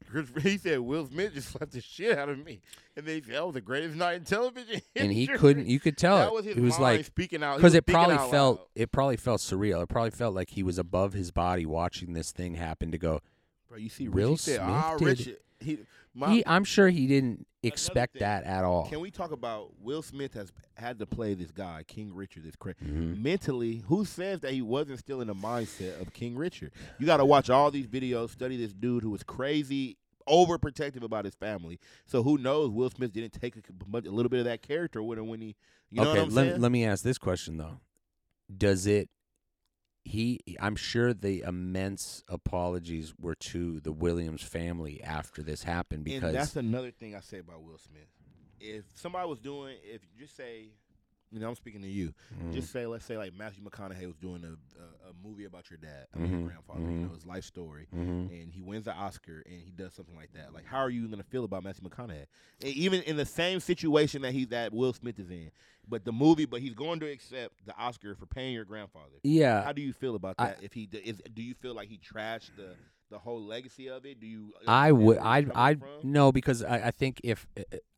[SPEAKER 1] Chris, he said, Will Smith just slapped the shit out of me, and they said that was the greatest night in television.
[SPEAKER 2] and he
[SPEAKER 1] history."
[SPEAKER 2] couldn't. You could tell
[SPEAKER 1] That
[SPEAKER 2] it.
[SPEAKER 1] was his
[SPEAKER 2] it was
[SPEAKER 1] mind
[SPEAKER 2] like
[SPEAKER 1] speaking out he
[SPEAKER 2] because
[SPEAKER 1] was
[SPEAKER 2] it
[SPEAKER 1] thinking
[SPEAKER 2] probably
[SPEAKER 1] out
[SPEAKER 2] felt
[SPEAKER 1] loud.
[SPEAKER 2] it probably felt surreal. It probably felt like he was above his body watching this thing happen to go.
[SPEAKER 1] Bro, you see,
[SPEAKER 2] Will
[SPEAKER 1] Richie said, "Ah,
[SPEAKER 2] Smith did
[SPEAKER 1] Richard, he, my,
[SPEAKER 2] he, I'm sure he didn't expect
[SPEAKER 1] thing.
[SPEAKER 2] that at all.
[SPEAKER 1] Can we talk about Will Smith has had to play this guy, King Richard, this crazy
[SPEAKER 2] Mhm.
[SPEAKER 1] mentally. Who says that he wasn't still in the mindset of King Richard? You got to watch all these videos, study this dude who was crazy, overprotective about his family. So who knows? Will Smith didn't take a, much- a little bit of that character when when he, you know
[SPEAKER 2] okay,
[SPEAKER 1] what I'm
[SPEAKER 2] let,
[SPEAKER 1] saying?
[SPEAKER 2] let me ask this question though. Does it he I'm sure the immense apologies were to the Williams family after this happened because
[SPEAKER 1] and that's another thing I say about Will Smith. If somebody was doing, if you just say, you know, I'm speaking to you.
[SPEAKER 2] Mm,
[SPEAKER 1] Just say, let's say, like Matthew McConaughey was doing a a, a movie about your dad, I mean,
[SPEAKER 2] Mhm,
[SPEAKER 1] your grandfather, you
[SPEAKER 2] mhm.
[SPEAKER 1] know, his life story.
[SPEAKER 2] mhm.
[SPEAKER 1] and he wins the Oscar and he does something like that. Like, how are you gonna feel about Matthew McConaughey? And even in the same situation that he that Will Smith is in, but the movie, but he's going to accept the Oscar for paying your grandfather.
[SPEAKER 2] yeah,
[SPEAKER 1] How do you feel about
[SPEAKER 2] I-
[SPEAKER 1] that? if he d- is, do you feel like he trashed the the whole legacy of it? Do you?
[SPEAKER 2] I
[SPEAKER 1] understand
[SPEAKER 2] would.
[SPEAKER 1] where
[SPEAKER 2] I.
[SPEAKER 1] he's coming
[SPEAKER 2] I
[SPEAKER 1] from?
[SPEAKER 2] no, because I, I think if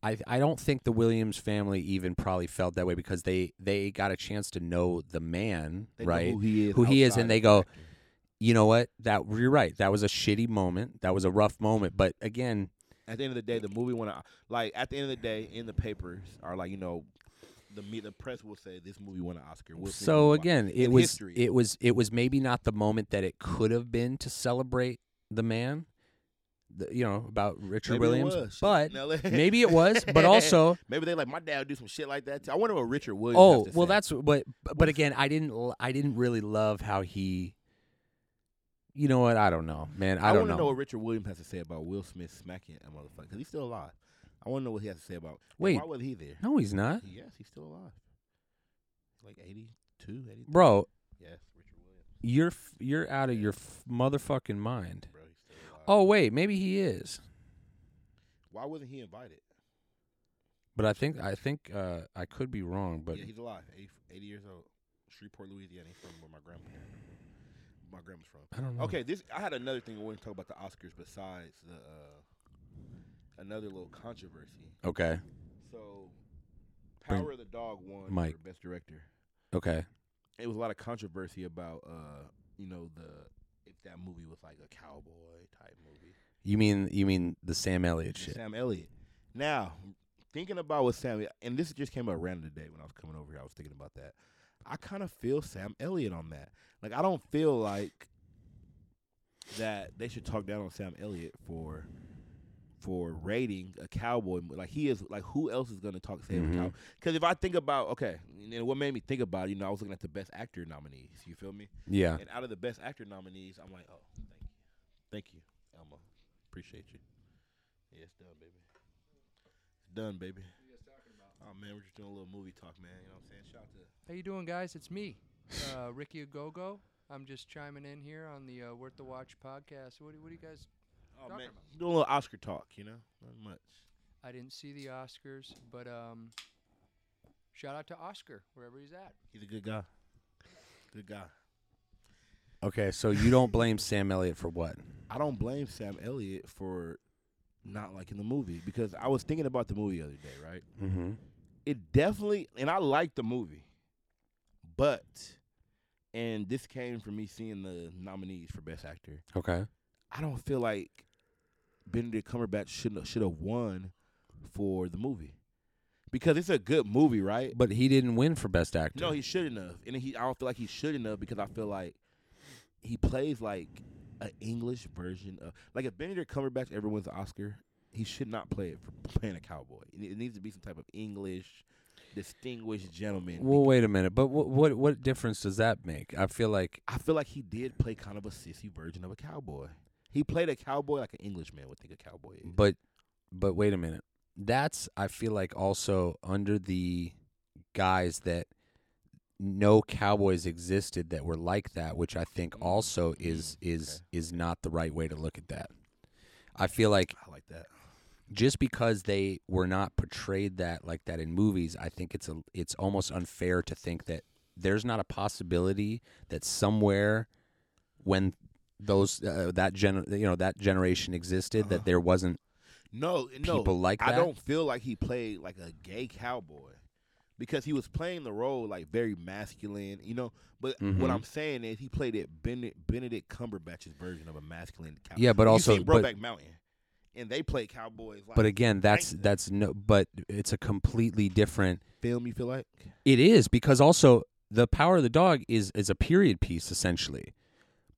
[SPEAKER 2] I. I don't think the Williams family even probably felt that way because they they got a chance to know the man,
[SPEAKER 1] They know
[SPEAKER 2] right?
[SPEAKER 1] Who he is?
[SPEAKER 2] Who he is,
[SPEAKER 1] outside
[SPEAKER 2] and
[SPEAKER 1] of
[SPEAKER 2] they go,
[SPEAKER 1] acting.
[SPEAKER 2] You know what? That you're right. That was a shitty moment. That was a rough moment. But again,
[SPEAKER 1] At the end of the day, the movie want to like. At the end of the day, in the papers are like you know, the me- the press will say this movie won an Oscar. Will Smith
[SPEAKER 2] so
[SPEAKER 1] won an
[SPEAKER 2] again, it
[SPEAKER 1] in
[SPEAKER 2] was
[SPEAKER 1] history.
[SPEAKER 2] it was it was maybe not the moment that it could have been to celebrate the man, the, you know, about Richard
[SPEAKER 1] Maybe it
[SPEAKER 2] Williams.
[SPEAKER 1] was. Shit.
[SPEAKER 2] But
[SPEAKER 1] Now let-
[SPEAKER 2] maybe it was. But also,
[SPEAKER 1] maybe they like my dad would do some shit like that. Too. I wonder what Richard Williams.
[SPEAKER 2] Oh
[SPEAKER 1] has to
[SPEAKER 2] well,
[SPEAKER 1] say.
[SPEAKER 2] that's but but
[SPEAKER 1] What's-
[SPEAKER 2] again, I didn't l- I didn't really love how he. You know what? I don't know, man. I, don't
[SPEAKER 1] want to
[SPEAKER 2] know.
[SPEAKER 1] know what Richard Williams has to say about Will Smith smacking a motherfucker because he's still alive. I want to know what he has to say about. and
[SPEAKER 2] Wait.
[SPEAKER 1] why was he there?
[SPEAKER 2] No, he's not,
[SPEAKER 1] Yes, he's still alive. Like 82, 83.
[SPEAKER 2] bro.
[SPEAKER 1] Yes, Richard Williams,
[SPEAKER 2] You're f- you're out of your f- motherfucking mind.
[SPEAKER 1] bro, he's still alive.
[SPEAKER 2] Oh wait, maybe he is,
[SPEAKER 1] why wasn't he invited?
[SPEAKER 2] but I think I think uh, I could be wrong. But
[SPEAKER 1] yeah, he's alive. 80, 80 years old, Shreveport, Louisiana. He's from where my grandpa, my grandma's from.
[SPEAKER 2] I don't know.
[SPEAKER 1] Okay, this I had another thing I wanted to talk about the Oscars besides the uh, another little controversy.
[SPEAKER 2] okay,
[SPEAKER 1] So,
[SPEAKER 2] Bring-
[SPEAKER 1] Power of the Dog won
[SPEAKER 2] Mike.
[SPEAKER 1] for Best Director.
[SPEAKER 2] okay.
[SPEAKER 1] It was a lot of controversy about uh, you know the if that movie was like a cowboy type movie.
[SPEAKER 2] You mean you mean the Sam Elliott shit?
[SPEAKER 1] Sam Elliott. Now, thinking about what Sam and this just came up random today when I was coming over here, I was thinking about that. I kind of feel Sam Elliott on that. Like I don't feel like that they should talk down on Sam Elliott for for rating a cowboy mo- like he is like who else is going to talk Sam
[SPEAKER 2] Mhm.
[SPEAKER 1] cowboy because if i think about okay and what made me think about it, you know i was looking at the best actor nominees you feel me
[SPEAKER 2] Yeah.
[SPEAKER 1] and out of the best actor nominees, I'm like, oh, thank you, thank you, Elmo, appreciate you. Yeah, it's done, baby. It's done, baby. Oh man, we're just doing a little movie talk, man. You know what I'm saying? Shout out to
[SPEAKER 3] How you doing, guys? It's me, uh, Ricky Agogo. I'm just chiming in here on the uh, Worth the Watch podcast. What do, what do you guys?
[SPEAKER 1] oh
[SPEAKER 3] Talk
[SPEAKER 1] man,
[SPEAKER 3] about
[SPEAKER 1] doing a little Oscar talk. You know, not much.
[SPEAKER 3] I didn't see the Oscars, but um, shout out to Oscar wherever he's at.
[SPEAKER 1] He's a good guy. Good guy.
[SPEAKER 2] Okay, so you don't blame Sam Elliott for what?
[SPEAKER 1] I don't blame Sam Elliott for not liking the movie because I was thinking about the movie the other day, right?
[SPEAKER 2] Mm-hmm.
[SPEAKER 1] it definitely and I liked the movie, but and this came from me seeing the nominees for Best Actor.
[SPEAKER 2] Okay.
[SPEAKER 1] I don't feel like Benedict Cumberbatch shouldn't should have won for the movie because it's a good movie, right?
[SPEAKER 2] But he didn't win for best actor.
[SPEAKER 1] No, he shouldn't have, and he I don't feel like he shouldn't have because I feel like he plays like an English version of like if Benedict Cumberbatch ever wins an Oscar, he should not play it for playing a cowboy. It it needs to be some type of English. distinguished gentleman.
[SPEAKER 2] Well, wait a minute. But what what what difference does that make? I feel like
[SPEAKER 1] I feel like he did play kind of a sissy version of a cowboy. He played a cowboy like an Englishman would think a cowboy is.
[SPEAKER 2] but but wait a minute. That's I feel like also under the guise that no cowboys existed that were like that, which I think
[SPEAKER 1] Mm,
[SPEAKER 2] also
[SPEAKER 1] mm,
[SPEAKER 2] is is
[SPEAKER 1] okay,
[SPEAKER 2] is not the right way to look at that. I feel like
[SPEAKER 1] I like that.
[SPEAKER 2] just because they were not portrayed that like that in movies, I think it's a it's almost unfair to think that there's not a possibility that somewhere when those uh, that gen you know that generation existed
[SPEAKER 1] Uh-huh.
[SPEAKER 2] that there wasn't
[SPEAKER 1] No, no.
[SPEAKER 2] people like that.
[SPEAKER 1] I don't feel like he played like a gay cowboy because he was playing the role like very masculine, you know. But
[SPEAKER 2] Mhm.
[SPEAKER 1] what I'm saying is he played it Benedict, Benedict Cumberbatch's version of a masculine cowboy.
[SPEAKER 2] Yeah, but
[SPEAKER 1] You
[SPEAKER 2] also-
[SPEAKER 1] seen
[SPEAKER 2] but-
[SPEAKER 1] Brokeback Mountain, and they play cowboys like
[SPEAKER 2] But again, that's
[SPEAKER 1] Right.
[SPEAKER 2] that's no. But it's a completely different.
[SPEAKER 1] film. You feel like
[SPEAKER 2] It is because also the power of the dog is is a period piece essentially.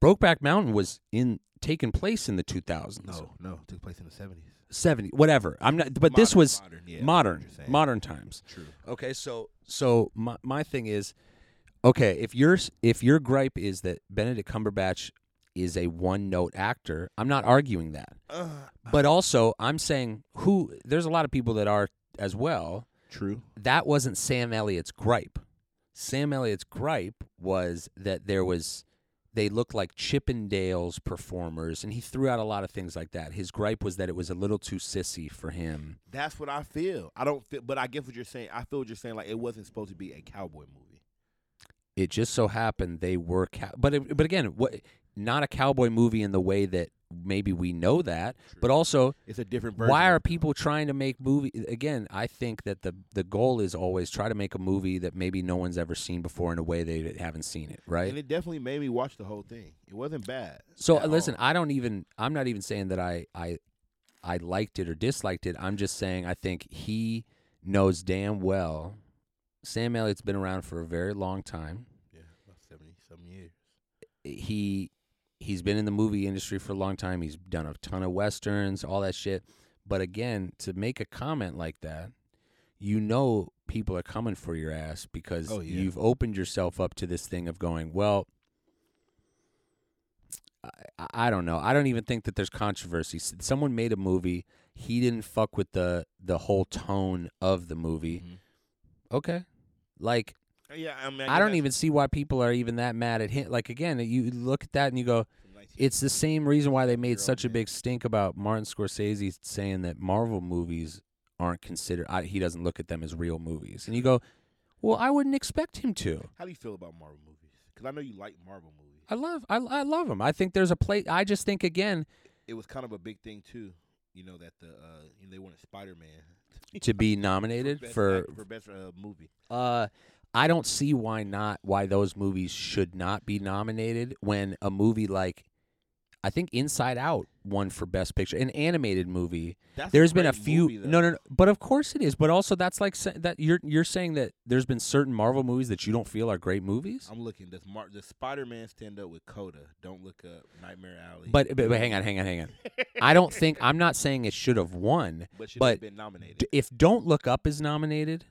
[SPEAKER 2] Brokeback Mountain was in taken place in the two thousands,
[SPEAKER 1] no, no, it took place in the 70s.
[SPEAKER 2] seventy, whatever. I'm not. But this
[SPEAKER 1] Modern-
[SPEAKER 2] was
[SPEAKER 1] modern, yeah, I know what
[SPEAKER 2] modern,
[SPEAKER 1] you're saying.
[SPEAKER 2] modern times.
[SPEAKER 1] True.
[SPEAKER 2] Okay, so so my my thing is, okay, if your if your gripe is that Benedict Cumberbatch is a one note actor, I'm not arguing that.
[SPEAKER 1] Uh,
[SPEAKER 2] But also, I'm saying who there's a lot of people that are as well.
[SPEAKER 1] true.
[SPEAKER 2] That wasn't Sam Elliott's gripe. Sam Elliott's gripe was that there was they looked like Chippendales performers, and he threw out a lot of things like that. His gripe was that it was a little too sissy for him.
[SPEAKER 1] That's what I feel. I don't feel, but I guess what you're saying. I feel what you're saying. Like it wasn't supposed to be a cowboy movie.
[SPEAKER 2] it just so happened they were cow- but it, but again what not a cowboy movie in the way that maybe we know that but also
[SPEAKER 1] It's a different version.
[SPEAKER 2] why
[SPEAKER 1] of-
[SPEAKER 2] are people trying to make movie again i think that the the goal is always try to make a movie that maybe no one's ever seen before in a way they haven't seen it right
[SPEAKER 1] And it definitely made me watch the whole thing. It wasn't bad.
[SPEAKER 2] so uh,
[SPEAKER 1] at
[SPEAKER 2] listen
[SPEAKER 1] all.
[SPEAKER 2] i don't even i'm not even saying that i i i liked it or disliked it i'm just saying i think he knows damn well sam elliott's been around for a very long time
[SPEAKER 1] yeah, about seventy some years.
[SPEAKER 2] he he's been in the movie industry for a long time. He's done a ton of westerns, all that shit. But again, to make a comment like that, you know people are coming for your ass because
[SPEAKER 1] Oh, yeah.
[SPEAKER 2] you've opened yourself up to this thing of going, well, I, I don't know. I don't even think that there's controversy. S- Someone made a movie. He didn't fuck with the the whole tone of the movie.
[SPEAKER 1] Mhm.
[SPEAKER 2] Okay, like
[SPEAKER 1] Uh, Yeah, I mean,
[SPEAKER 2] I don't even see why people are even that mad at him. Like again, you look at that and you go, it's the same reason why they made
[SPEAKER 1] Your
[SPEAKER 2] such a
[SPEAKER 1] own man.
[SPEAKER 2] big stink about Martin Scorsese saying that Marvel movies aren't considered. I, he doesn't look at them as real movies, and you go, "Well, I wouldn't expect him to.
[SPEAKER 1] How do you feel about Marvel movies? Because I know you like Marvel movies.
[SPEAKER 2] I love, I, I love him. I think there's a place. I just think again
[SPEAKER 1] It was kind of a big thing too. You know that the uh, you know, they wanted Spider Man
[SPEAKER 2] to be nominated for,
[SPEAKER 1] for best uh, movie.
[SPEAKER 2] uh, I don't see why not. Why those movies should not be nominated when a movie like, I think Inside Out won for best picture, an animated movie.
[SPEAKER 1] That's
[SPEAKER 2] there's been a
[SPEAKER 1] great
[SPEAKER 2] few
[SPEAKER 1] movie, though.
[SPEAKER 2] no, no no but of course it is but also that's like sa- that you're you're saying that there's been certain marvel movies that you don't feel are great movies
[SPEAKER 1] I'm looking. Does Mar- does Spider Man stand up with Coda? Don't look up Nightmare Alley.
[SPEAKER 2] but, but but hang on hang on hang on i don't think i'm not saying it should have won
[SPEAKER 1] but should
[SPEAKER 2] but
[SPEAKER 1] have been nominated.
[SPEAKER 2] D- if don't look up is nominated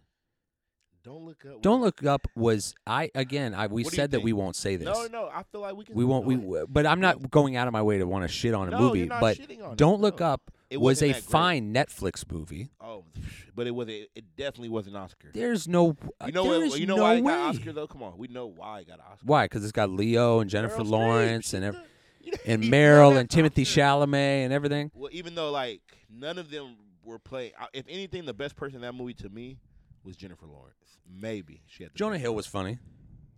[SPEAKER 1] don't look up.
[SPEAKER 2] don't look up was i again i we
[SPEAKER 1] What do you
[SPEAKER 2] said that we
[SPEAKER 1] think?
[SPEAKER 2] won't say this
[SPEAKER 1] No, no. I feel like we can.
[SPEAKER 2] we won't we
[SPEAKER 1] no,
[SPEAKER 2] but i'm not going out of my way to want to shit on a
[SPEAKER 1] No, you're
[SPEAKER 2] movie
[SPEAKER 1] not
[SPEAKER 2] but
[SPEAKER 1] shitting on it,
[SPEAKER 2] don't look
[SPEAKER 1] no.
[SPEAKER 2] up
[SPEAKER 1] It
[SPEAKER 2] was
[SPEAKER 1] wasn't
[SPEAKER 2] a
[SPEAKER 1] that great.
[SPEAKER 2] fine netflix movie
[SPEAKER 1] Oh, but it was a, it definitely was an Oscar.
[SPEAKER 2] there's no uh,
[SPEAKER 1] You know
[SPEAKER 2] there
[SPEAKER 1] what?
[SPEAKER 2] is
[SPEAKER 1] You know
[SPEAKER 2] no
[SPEAKER 1] why
[SPEAKER 2] way
[SPEAKER 1] it got Oscar though? Come on, we know why it got Oscar.
[SPEAKER 2] why because it's got leo and jennifer
[SPEAKER 1] Meryl Streep,
[SPEAKER 2] lawrence and ev-
[SPEAKER 1] she's the- you know-
[SPEAKER 2] and
[SPEAKER 1] you know
[SPEAKER 2] Meryl
[SPEAKER 1] that
[SPEAKER 2] and Timothy
[SPEAKER 1] Oscar.
[SPEAKER 2] Chalamet and everything.
[SPEAKER 1] Well, even though like none of them were playing. uh, If anything, the best person in that movie to me was Jennifer Lawrence. Maybe she had the
[SPEAKER 2] Jonah
[SPEAKER 1] best-
[SPEAKER 2] Hill was funny,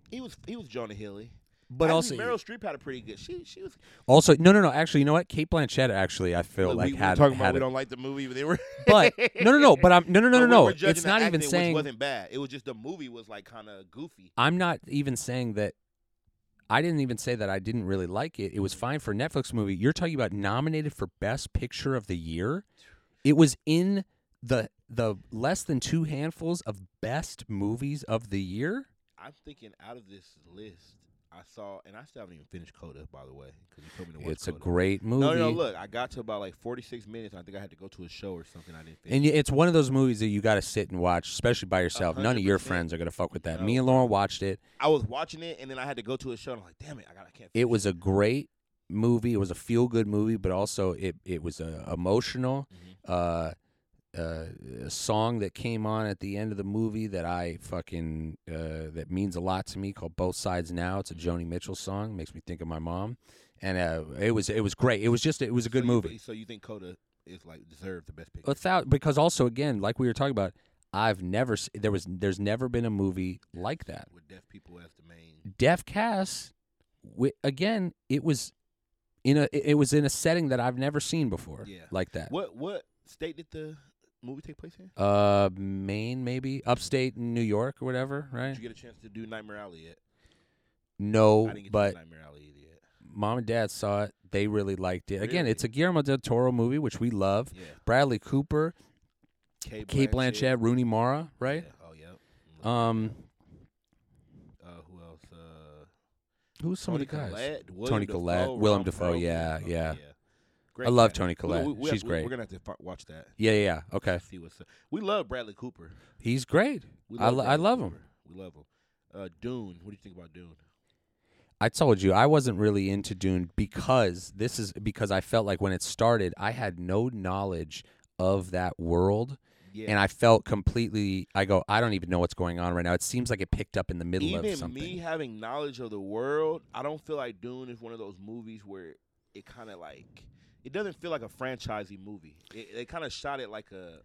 [SPEAKER 1] He was he was Jonah Hill.
[SPEAKER 2] but also
[SPEAKER 1] Actually, Meryl Streep had a pretty good. She she was.
[SPEAKER 2] also no no no. Actually, you know what? Kate Blanchett actually I feel
[SPEAKER 1] Look,
[SPEAKER 2] like
[SPEAKER 1] we,
[SPEAKER 2] had
[SPEAKER 1] we were talking
[SPEAKER 2] had
[SPEAKER 1] about we
[SPEAKER 2] a-
[SPEAKER 1] don't like the movie, but they were.
[SPEAKER 2] but no no no. But I'm no no no no
[SPEAKER 1] we
[SPEAKER 2] no.
[SPEAKER 1] were judging
[SPEAKER 2] It's
[SPEAKER 1] the
[SPEAKER 2] not even
[SPEAKER 1] acting,
[SPEAKER 2] saying
[SPEAKER 1] which wasn't bad. It was just the movie was like kind of goofy.
[SPEAKER 2] I'm not even saying that. I didn't even say that I didn't really like it. It
[SPEAKER 1] Mm-hmm.
[SPEAKER 2] was fine for a Netflix movie. You're talking about nominated for Best Picture of the Year. It was in the the less than two handfuls of best movies of the year.
[SPEAKER 1] I'm thinking out of this list, I saw, and I still haven't even finished Coda, by the way, because you told me to watch
[SPEAKER 2] It's a
[SPEAKER 1] Coda.
[SPEAKER 2] great movie.
[SPEAKER 1] No, no, look, I got to about like 46 minutes. And I think I had to go to a show or something. I didn't finish.
[SPEAKER 2] And y- it's one of those movies that you got to sit and watch, especially by yourself. None of your
[SPEAKER 1] 100%.
[SPEAKER 2] friends are gonna fuck with that.
[SPEAKER 1] No.
[SPEAKER 2] Me and Lauren watched it.
[SPEAKER 1] I was watching it, and then I had to go to a show. And I'm like, damn it, I got, I can't.
[SPEAKER 2] It was
[SPEAKER 1] finish
[SPEAKER 2] a great movie. It was a feel good movie, but also it it was a emotional.
[SPEAKER 1] Mhm.
[SPEAKER 2] Uh, uh, a song that came on at the end of the movie that I fucking uh, that means a lot to me called "Both Sides Now." It's a Joni Mitchell song. Makes me think of my mom, and uh, it was it was great. It was just it was a good
[SPEAKER 1] So you-
[SPEAKER 2] movie.
[SPEAKER 1] so you think Coda is like deserved the best picture?
[SPEAKER 2] without because also again like we were talking about i've never s- there was there's never been a movie like that
[SPEAKER 1] with deaf people as the main.
[SPEAKER 2] def cast wi- again it was in a it it was in a setting that i've never seen before
[SPEAKER 1] Yeah.
[SPEAKER 2] like that
[SPEAKER 1] What what state did the movie take place in?
[SPEAKER 2] uh maine maybe upstate new york or whatever
[SPEAKER 1] Did
[SPEAKER 2] right
[SPEAKER 1] you get a chance to do Nightmare Alley yet? I
[SPEAKER 2] no
[SPEAKER 1] didn't get
[SPEAKER 2] Oh, but
[SPEAKER 1] to do Nightmare Alley yet.
[SPEAKER 2] mom and dad saw it they really liked it again
[SPEAKER 1] Really?
[SPEAKER 2] it's a guillermo del toro movie which we love
[SPEAKER 1] Yeah,
[SPEAKER 2] bradley cooper
[SPEAKER 1] Kate
[SPEAKER 2] kate blanchett rooney mara right
[SPEAKER 1] Yeah. Oh yeah.
[SPEAKER 2] um
[SPEAKER 1] uh, who else? Uh,
[SPEAKER 2] who's some
[SPEAKER 1] Toni
[SPEAKER 2] of the guys
[SPEAKER 1] Collette, William
[SPEAKER 2] Toni
[SPEAKER 1] Dafoe,
[SPEAKER 2] Collette, Willem
[SPEAKER 1] Ron
[SPEAKER 2] Dafoe,
[SPEAKER 1] Perlman.
[SPEAKER 2] yeah,
[SPEAKER 1] Okay,
[SPEAKER 2] yeah.
[SPEAKER 1] Great
[SPEAKER 2] I love
[SPEAKER 1] cast.
[SPEAKER 2] Toni Collette.
[SPEAKER 1] We- we- we-
[SPEAKER 2] She's
[SPEAKER 1] we-
[SPEAKER 2] great.
[SPEAKER 1] We're gonna have to fi- watch that.
[SPEAKER 2] Yeah, yeah, yeah. Okay.
[SPEAKER 1] See what's up. We love Bradley Cooper.
[SPEAKER 2] He's great.
[SPEAKER 1] We
[SPEAKER 2] I lo- I
[SPEAKER 1] Bradley
[SPEAKER 2] love him.
[SPEAKER 1] Cooper. We love him. Uh, Dune. What do you think about Dune?
[SPEAKER 2] I told you I wasn't really into Dune because this is because I felt like when it started, I had no knowledge of that world
[SPEAKER 1] Yeah.
[SPEAKER 2] and I felt completely I go, I don't even know what's going on right now. It seems like it picked up in the middle of
[SPEAKER 1] even
[SPEAKER 2] something.
[SPEAKER 1] me having knowledge of the world, I don't feel like Dune is one of those movies where it kind of like it doesn't feel like a franchisey movie. It, they kind of shot it like a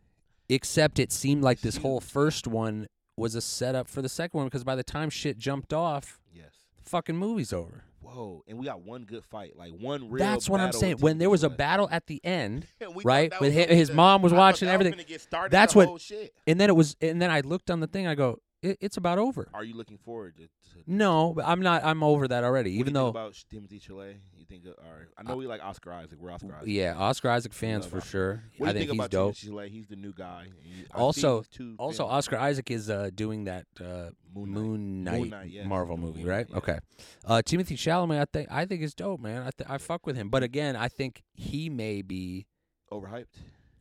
[SPEAKER 2] Except it seemed like this whole
[SPEAKER 1] Huge.
[SPEAKER 2] first one was a setup for the second one because by the time shit jumped off,
[SPEAKER 1] yes.
[SPEAKER 2] the fucking movie's over.
[SPEAKER 1] Whoa, and we got one good fight, like one real.
[SPEAKER 2] That's what I'm
[SPEAKER 1] battle
[SPEAKER 2] saying.
[SPEAKER 1] with
[SPEAKER 2] When
[SPEAKER 1] Timothy
[SPEAKER 2] there was a
[SPEAKER 1] Chalamet.
[SPEAKER 2] battle at the end,
[SPEAKER 1] And we thought
[SPEAKER 2] right?
[SPEAKER 1] that
[SPEAKER 2] When
[SPEAKER 1] was
[SPEAKER 2] hi-
[SPEAKER 1] gonna be
[SPEAKER 2] his
[SPEAKER 1] the-
[SPEAKER 2] mom was
[SPEAKER 1] I thought
[SPEAKER 2] watching
[SPEAKER 1] that was
[SPEAKER 2] everything.
[SPEAKER 1] gonna get started,
[SPEAKER 2] That's
[SPEAKER 1] the
[SPEAKER 2] what-
[SPEAKER 1] whole shit.
[SPEAKER 2] And then it was, and then I looked on the thing. I go, it, it's about over.
[SPEAKER 1] Are you looking forward to? to
[SPEAKER 2] No, but I'm not. I'm over that already.
[SPEAKER 1] what do you
[SPEAKER 2] Even
[SPEAKER 1] think
[SPEAKER 2] though,
[SPEAKER 1] about Sh- Timothy Chalamet, you think? uh, Or, I know we like Oscar Isaac. We're Oscar Isaac.
[SPEAKER 2] yeah, Oscar Isaac fans
[SPEAKER 1] love
[SPEAKER 2] for
[SPEAKER 1] Oscar.
[SPEAKER 2] sure.
[SPEAKER 1] What
[SPEAKER 2] I think,
[SPEAKER 1] do you think,
[SPEAKER 2] he's
[SPEAKER 1] about
[SPEAKER 2] dope.
[SPEAKER 1] Timothy Chalamet? He's the new guy. and you- I see
[SPEAKER 2] Also-
[SPEAKER 1] these two
[SPEAKER 2] Also,
[SPEAKER 1] things.
[SPEAKER 2] Oscar Isaac is uh, doing that uh,
[SPEAKER 1] Moon
[SPEAKER 2] Moon,
[SPEAKER 1] Knight.
[SPEAKER 2] Knight,
[SPEAKER 1] Knight, yes,
[SPEAKER 2] Marvel
[SPEAKER 1] doing
[SPEAKER 2] movie,
[SPEAKER 1] Moon
[SPEAKER 2] right?
[SPEAKER 1] Knight, yeah.
[SPEAKER 2] Okay. Uh, Timothy Chalamet, I think I think is dope, man. I th- I fuck with him. But again, I think he may be
[SPEAKER 1] overhyped.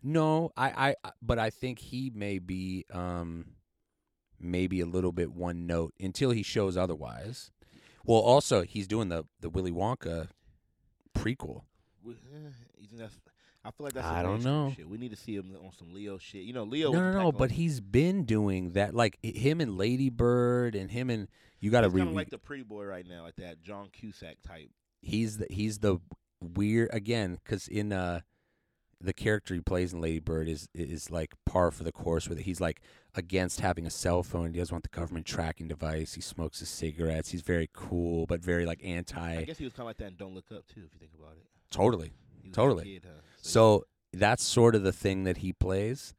[SPEAKER 2] No, I, I, I- but I think he may be, um, maybe a little bit one note until he shows otherwise. Well, also he's doing the the Willy Wonka prequel.
[SPEAKER 1] We- eh, You think that's? I feel like that's.
[SPEAKER 2] I
[SPEAKER 1] some
[SPEAKER 2] don't
[SPEAKER 1] mainstream
[SPEAKER 2] know.
[SPEAKER 1] Shit. We need to see him on some Leo shit. You know, Leo.
[SPEAKER 2] No,
[SPEAKER 1] was
[SPEAKER 2] no,
[SPEAKER 1] the
[SPEAKER 2] no.
[SPEAKER 1] type
[SPEAKER 2] But
[SPEAKER 1] of-
[SPEAKER 2] he's been doing that, like i- him and Lady Bird, and him and you got to
[SPEAKER 1] he's
[SPEAKER 2] re.
[SPEAKER 1] kind of like the pretty boy right now, like that John Cusack type.
[SPEAKER 2] he's the he's the weird again because in uh the character he plays in Lady Bird is is like par for the course with it. He's like against having a cell phone. He doesn't want the government tracking device. He smokes his cigarettes. He's very cool, but very like
[SPEAKER 1] I
[SPEAKER 2] anti.
[SPEAKER 1] guess he was kind of like that in Don't Look Up too, if you think about it.
[SPEAKER 2] Totally.
[SPEAKER 1] He was that
[SPEAKER 2] Totally.
[SPEAKER 1] kid, huh? he-
[SPEAKER 2] So that's sort of the thing that he plays,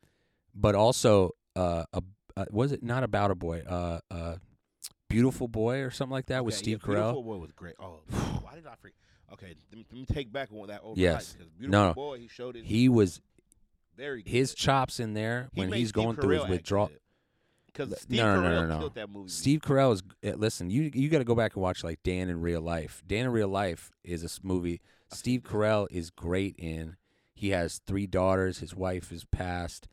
[SPEAKER 2] but also uh, a, uh was it not about a boy? Uh, uh, beautiful boy or something like that with
[SPEAKER 1] Okay, yeah,
[SPEAKER 2] Steve Carell.
[SPEAKER 1] Beautiful Boy was great. Oh, man, why did I forget? Okay, let me, let me take back one that over.
[SPEAKER 2] Yes.
[SPEAKER 1] Beautiful
[SPEAKER 2] No, no.
[SPEAKER 1] Boy, he showed it.
[SPEAKER 2] He was
[SPEAKER 1] very good.
[SPEAKER 2] his chops in there
[SPEAKER 1] He
[SPEAKER 2] when
[SPEAKER 1] made
[SPEAKER 2] he's
[SPEAKER 1] Steve
[SPEAKER 2] going through
[SPEAKER 1] Carell
[SPEAKER 2] his
[SPEAKER 1] act
[SPEAKER 2] withdrawal.
[SPEAKER 1] good. 'Cause
[SPEAKER 2] L-
[SPEAKER 1] Steve
[SPEAKER 2] no, no, no,
[SPEAKER 1] Carell
[SPEAKER 2] no, no.
[SPEAKER 1] killed that movie.
[SPEAKER 2] Steve Carell is. eh, Listen, you you got to go back and watch like Dan in Real Life. Dan in Real Life is a s- movie.
[SPEAKER 1] I've
[SPEAKER 2] Steve
[SPEAKER 1] seen this.
[SPEAKER 2] Carell is great in. He has three daughters. His wife is passed.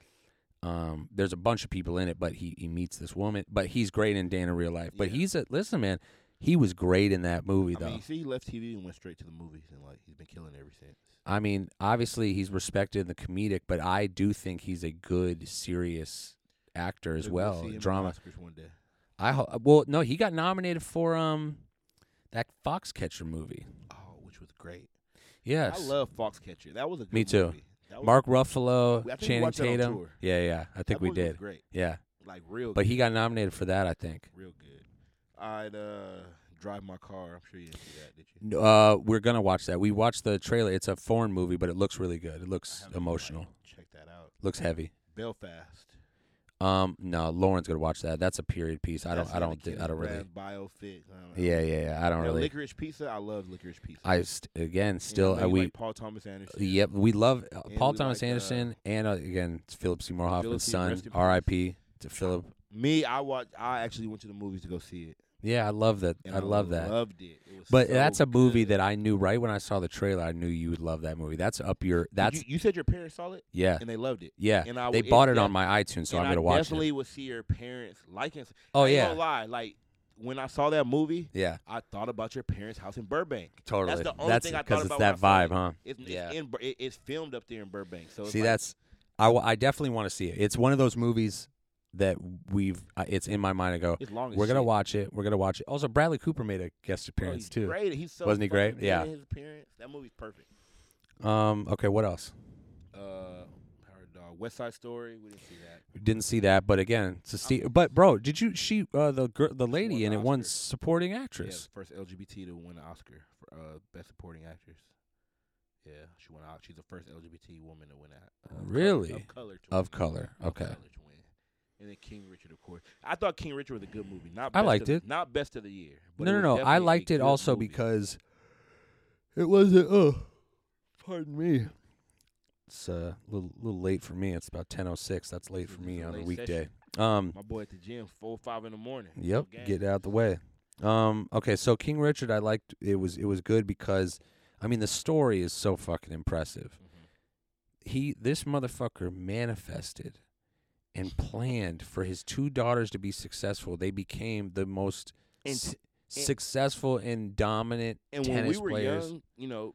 [SPEAKER 2] Um, there's a bunch of people in it, but he he meets this woman. But he's great in Dan in Real Life. But
[SPEAKER 1] Yeah.
[SPEAKER 2] he's a listen, man. He was great in that movie,
[SPEAKER 1] I
[SPEAKER 2] though.
[SPEAKER 1] mean, you see, he left TV and went straight to the movies, and like he's been killing it ever since.
[SPEAKER 2] I mean, obviously he's respected in the comedic, but I do think he's a good serious actor as
[SPEAKER 1] Maybe
[SPEAKER 2] well.
[SPEAKER 1] see him at
[SPEAKER 2] drama.
[SPEAKER 1] Oscars one day.
[SPEAKER 2] I ho- uh, well, no, he got nominated for um that Foxcatcher movie.
[SPEAKER 1] Oh, which was great.
[SPEAKER 2] Yes,
[SPEAKER 1] I love Foxcatcher. That was a good
[SPEAKER 2] Me too.
[SPEAKER 1] movie. That was-
[SPEAKER 2] Mark
[SPEAKER 1] I
[SPEAKER 2] Ruffalo,
[SPEAKER 1] think we
[SPEAKER 2] Channing
[SPEAKER 1] watched that on
[SPEAKER 2] Tatum.
[SPEAKER 1] tour.
[SPEAKER 2] Yeah, yeah, I think
[SPEAKER 1] that
[SPEAKER 2] we
[SPEAKER 1] movie was
[SPEAKER 2] did.
[SPEAKER 1] great.
[SPEAKER 2] Yeah,
[SPEAKER 1] Like real,
[SPEAKER 2] but
[SPEAKER 1] good.
[SPEAKER 2] he got nominated for that, I think.
[SPEAKER 1] real good. I'd uh, drive my car. I'm sure you didn't see that, did you?
[SPEAKER 2] N- Uh, we're gonna watch that. We watched the trailer. It's a foreign movie, but it looks really good. It
[SPEAKER 1] I
[SPEAKER 2] looks
[SPEAKER 1] haven't, like,
[SPEAKER 2] emotional.
[SPEAKER 1] Check that out.
[SPEAKER 2] Looks heavy.
[SPEAKER 1] Belfast.
[SPEAKER 2] Um, no, Lauren's gonna watch that. That's a period piece. I don't.
[SPEAKER 1] That's
[SPEAKER 2] I
[SPEAKER 1] the other
[SPEAKER 2] don't.
[SPEAKER 1] kid
[SPEAKER 2] thi- I don't
[SPEAKER 1] that
[SPEAKER 2] really.
[SPEAKER 1] ran Biopic. I don't know.
[SPEAKER 2] Yeah, yeah, yeah. I don't
[SPEAKER 1] Now,
[SPEAKER 2] really.
[SPEAKER 1] Licorice pizza. I love licorice pizza.
[SPEAKER 2] I st- again
[SPEAKER 1] You know,
[SPEAKER 2] still
[SPEAKER 1] maybe
[SPEAKER 2] uh, we.
[SPEAKER 1] like Paul Thomas Anderson.
[SPEAKER 2] Yep, we love uh,
[SPEAKER 1] And
[SPEAKER 2] Paul
[SPEAKER 1] we
[SPEAKER 2] Thomas
[SPEAKER 1] like, uh,
[SPEAKER 2] Anderson and uh, again it's Philip Seymour
[SPEAKER 1] Philip
[SPEAKER 2] Hoffman's
[SPEAKER 1] Seymour,
[SPEAKER 2] son.
[SPEAKER 1] rest in peace.
[SPEAKER 2] R.I.P. to Philip.
[SPEAKER 1] Me, I watch. I actually went to the movies to go see it.
[SPEAKER 2] Yeah, I love that.
[SPEAKER 1] And
[SPEAKER 2] I love that.
[SPEAKER 1] Loved it. It was
[SPEAKER 2] but
[SPEAKER 1] so
[SPEAKER 2] that's a movie
[SPEAKER 1] good.
[SPEAKER 2] that I knew right when I saw the trailer. I knew you would love that movie. That's up your.
[SPEAKER 1] Did
[SPEAKER 2] That's
[SPEAKER 1] you, you said your parents saw it
[SPEAKER 2] yeah,
[SPEAKER 1] and they loved it.
[SPEAKER 2] yeah.
[SPEAKER 1] And I
[SPEAKER 2] They
[SPEAKER 1] w-
[SPEAKER 2] bought it
[SPEAKER 1] yeah.
[SPEAKER 2] on my iTunes, so
[SPEAKER 1] and
[SPEAKER 2] I'm gonna
[SPEAKER 1] I
[SPEAKER 2] watch
[SPEAKER 1] definitely
[SPEAKER 2] it.
[SPEAKER 1] would see your parents liking. it.
[SPEAKER 2] Oh
[SPEAKER 1] I ain't
[SPEAKER 2] yeah,
[SPEAKER 1] gonna lie. Like when I saw that movie,
[SPEAKER 2] yeah,
[SPEAKER 1] I thought about your parents' house in Burbank.
[SPEAKER 2] totally.
[SPEAKER 1] That's the only thing I thought
[SPEAKER 2] because it's
[SPEAKER 1] about
[SPEAKER 2] that
[SPEAKER 1] when I
[SPEAKER 2] vibe,
[SPEAKER 1] saw
[SPEAKER 2] huh?
[SPEAKER 1] It's, it's
[SPEAKER 2] Yeah.
[SPEAKER 1] in Bur- it- it's filmed up there in Burbank. So it's
[SPEAKER 2] See,
[SPEAKER 1] like,
[SPEAKER 2] that's I. wa- I definitely want to see it. It's one of those movies that we've. Uh, it's in my mind. I go.
[SPEAKER 1] it's long. as
[SPEAKER 2] We're gonna
[SPEAKER 1] shit.
[SPEAKER 2] watch it. We're gonna watch it. Also, Bradley Cooper made a guest
[SPEAKER 1] Bro,
[SPEAKER 2] appearance
[SPEAKER 1] Oh, he's
[SPEAKER 2] too.
[SPEAKER 1] Great. He's so
[SPEAKER 2] Wasn't he
[SPEAKER 1] fucking
[SPEAKER 2] great?
[SPEAKER 1] good
[SPEAKER 2] Yeah.
[SPEAKER 1] in His appearance. That movie's perfect.
[SPEAKER 2] Um. Okay. What else?
[SPEAKER 1] Uh, Howard Dog. West Side Story. We didn't see that.
[SPEAKER 2] Didn't see that, but again, it's a Steve. But bro, did you? She, uh, the girl, the
[SPEAKER 1] won
[SPEAKER 2] lady
[SPEAKER 1] the
[SPEAKER 2] in it, won
[SPEAKER 1] Oscar.
[SPEAKER 2] supporting
[SPEAKER 1] Yeah,
[SPEAKER 2] actress.
[SPEAKER 1] the first LGBT to win an Oscar for uh, best supporting actress. Yeah, she won. out. She's the first LGBT woman to win that. Uh, of color-
[SPEAKER 2] Really?
[SPEAKER 1] Of color. To
[SPEAKER 2] Of
[SPEAKER 1] win.
[SPEAKER 2] color.
[SPEAKER 1] Of
[SPEAKER 2] Okay.
[SPEAKER 1] color to win. And then King Richard, of course. I thought King Richard was a good movie. Not
[SPEAKER 2] I
[SPEAKER 1] best
[SPEAKER 2] liked
[SPEAKER 1] of,
[SPEAKER 2] it.
[SPEAKER 1] Not best of the year. But
[SPEAKER 2] No, no,
[SPEAKER 1] it was
[SPEAKER 2] no. I
[SPEAKER 1] definitely a
[SPEAKER 2] liked it
[SPEAKER 1] good
[SPEAKER 2] also
[SPEAKER 1] movie.
[SPEAKER 2] because it wasn't. Oh, pardon me. It's uh, a little, little late for me. It's about ten oh six. That's late
[SPEAKER 1] This
[SPEAKER 2] for
[SPEAKER 1] is
[SPEAKER 2] me
[SPEAKER 1] a
[SPEAKER 2] on a
[SPEAKER 1] late
[SPEAKER 2] weekday. Um.
[SPEAKER 1] my boy at the gym, four five in the morning.
[SPEAKER 2] Yep.
[SPEAKER 1] Okay.
[SPEAKER 2] Get out the way. Um. Okay. So King Richard, I liked. It was. It was good because, I mean, the story is so fucking impressive.
[SPEAKER 1] Mhm.
[SPEAKER 2] he this motherfucker manifested and planned for his two daughters to be successful. They became the most
[SPEAKER 1] And
[SPEAKER 2] s-
[SPEAKER 1] t- and-
[SPEAKER 2] successful and dominant
[SPEAKER 1] And
[SPEAKER 2] tennis
[SPEAKER 1] when we were
[SPEAKER 2] players.
[SPEAKER 1] young, you know,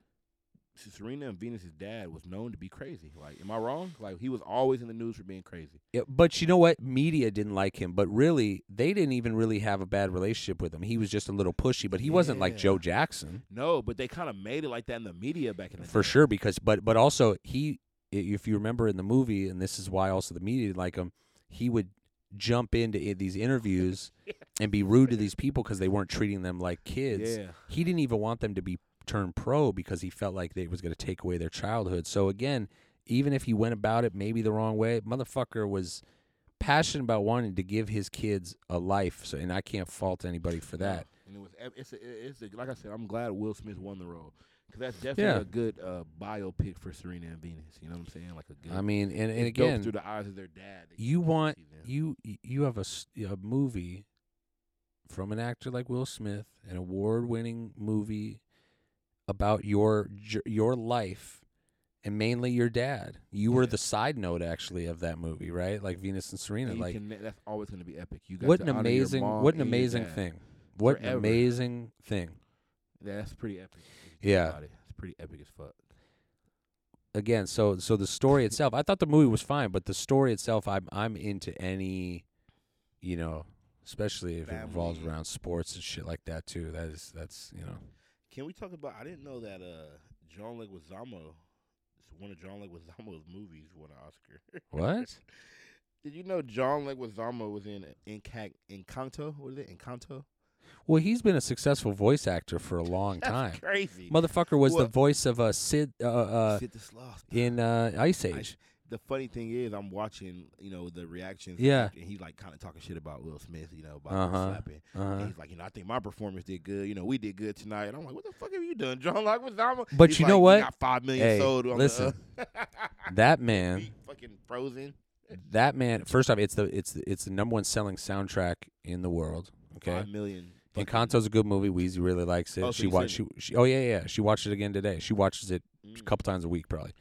[SPEAKER 1] Serena and Venus's dad was known to be crazy. Like, am I wrong? Like, he was always in the news for being crazy.
[SPEAKER 2] Yeah, but you know what? Media didn't like him, but really, they didn't even really have a bad relationship with him. He was just a little pushy, but he wasn't like
[SPEAKER 1] Yeah.
[SPEAKER 2] Joe Jackson
[SPEAKER 1] No, but they kind of made it like that in the media back in the
[SPEAKER 2] for
[SPEAKER 1] day.
[SPEAKER 2] sure. Because, but but also he, i- if you remember in the movie, and this is why also the media didn't like him, he would jump into i- these interviews and be rude to these people because they weren't treating them like kids.
[SPEAKER 1] Yeah.
[SPEAKER 2] he didn't even want them to be turned pro because he felt like they was going to take away their childhood. So again, even if he went about it maybe the wrong way, motherfucker was passionate about wanting to give his kids a life. So and I can't fault anybody for that.
[SPEAKER 1] And it was ev- it's a, it's a, like I said, I'm glad Will Smith won the role because that's definitely
[SPEAKER 2] Yeah.
[SPEAKER 1] a good uh, biopic for Serena and Venus. You know what I'm saying? Like a good.
[SPEAKER 2] I mean, and, and
[SPEAKER 1] it's dope
[SPEAKER 2] again,
[SPEAKER 1] through the eyes of their dad. that
[SPEAKER 2] you
[SPEAKER 1] get to
[SPEAKER 2] want
[SPEAKER 1] see them.
[SPEAKER 2] you you have a, s- a movie from an actor like Will Smith, an award-winning movie about your j- your life and mainly your dad. You were
[SPEAKER 1] Yeah.
[SPEAKER 2] the side note actually of that movie, right? Like Venus and Serena.
[SPEAKER 1] And you
[SPEAKER 2] like
[SPEAKER 1] can, that's always going to be epic. You got
[SPEAKER 2] what
[SPEAKER 1] to
[SPEAKER 2] an
[SPEAKER 1] honor your
[SPEAKER 2] amazing
[SPEAKER 1] mom
[SPEAKER 2] what an
[SPEAKER 1] and your
[SPEAKER 2] amazing
[SPEAKER 1] dad.
[SPEAKER 2] thing. What an
[SPEAKER 1] forever.
[SPEAKER 2] amazing thing.
[SPEAKER 1] That's pretty epic. if you think
[SPEAKER 2] Yeah.
[SPEAKER 1] about it. it's pretty epic as fuck.
[SPEAKER 2] Again, so so the story itself, I thought the movie was fine, but the story itself I'm I'm into any you know, especially if it revolves
[SPEAKER 1] Family.
[SPEAKER 2] around sports and shit like that too. That is that's, you know.
[SPEAKER 1] Can we talk about? I didn't know that uh, John Leguizamo, one of John Leguizamo's movies, won an Oscar.
[SPEAKER 2] What?
[SPEAKER 1] Did you know John Leguizamo was in Encan- Encanto? What is it? Encanto.
[SPEAKER 2] Well, he's been a successful voice actor for a long
[SPEAKER 1] That's
[SPEAKER 2] time.
[SPEAKER 1] crazy.
[SPEAKER 2] Motherfucker was the
[SPEAKER 1] Well-
[SPEAKER 2] voice of uh, Sid uh, uh,
[SPEAKER 1] Shit, this lost.
[SPEAKER 2] in uh, Ice Age.
[SPEAKER 1] the funny thing is, I'm watching, you know, the reactions.
[SPEAKER 2] Yeah.
[SPEAKER 1] and he's like kind of talking shit about Will Smith, you know, about
[SPEAKER 2] Uh-huh.
[SPEAKER 1] him slapping.
[SPEAKER 2] Uh,
[SPEAKER 1] And he's like, you know, I think my performance did good. You know, we did good tonight. And I'm like, what the fuck have you done, John Leguizamo?
[SPEAKER 2] But
[SPEAKER 1] He's
[SPEAKER 2] you
[SPEAKER 1] like,
[SPEAKER 2] know
[SPEAKER 1] "We
[SPEAKER 2] what?
[SPEAKER 1] Got five million
[SPEAKER 2] Hey,
[SPEAKER 1] sold. On
[SPEAKER 2] listen.
[SPEAKER 1] the, uh,
[SPEAKER 2] that man,
[SPEAKER 1] Feet fucking frozen.
[SPEAKER 2] that man. First off, it's the it's the, it's the number one selling soundtrack in the world. Okay,
[SPEAKER 1] Five million. fucking-
[SPEAKER 2] Encanto's a good movie. Weezy really likes it.
[SPEAKER 1] Oh, so
[SPEAKER 2] she
[SPEAKER 1] you've
[SPEAKER 2] watched she,
[SPEAKER 1] seen
[SPEAKER 2] she oh yeah yeah she watched it again today. She watches it a
[SPEAKER 1] Mm.
[SPEAKER 2] couple times a week probably.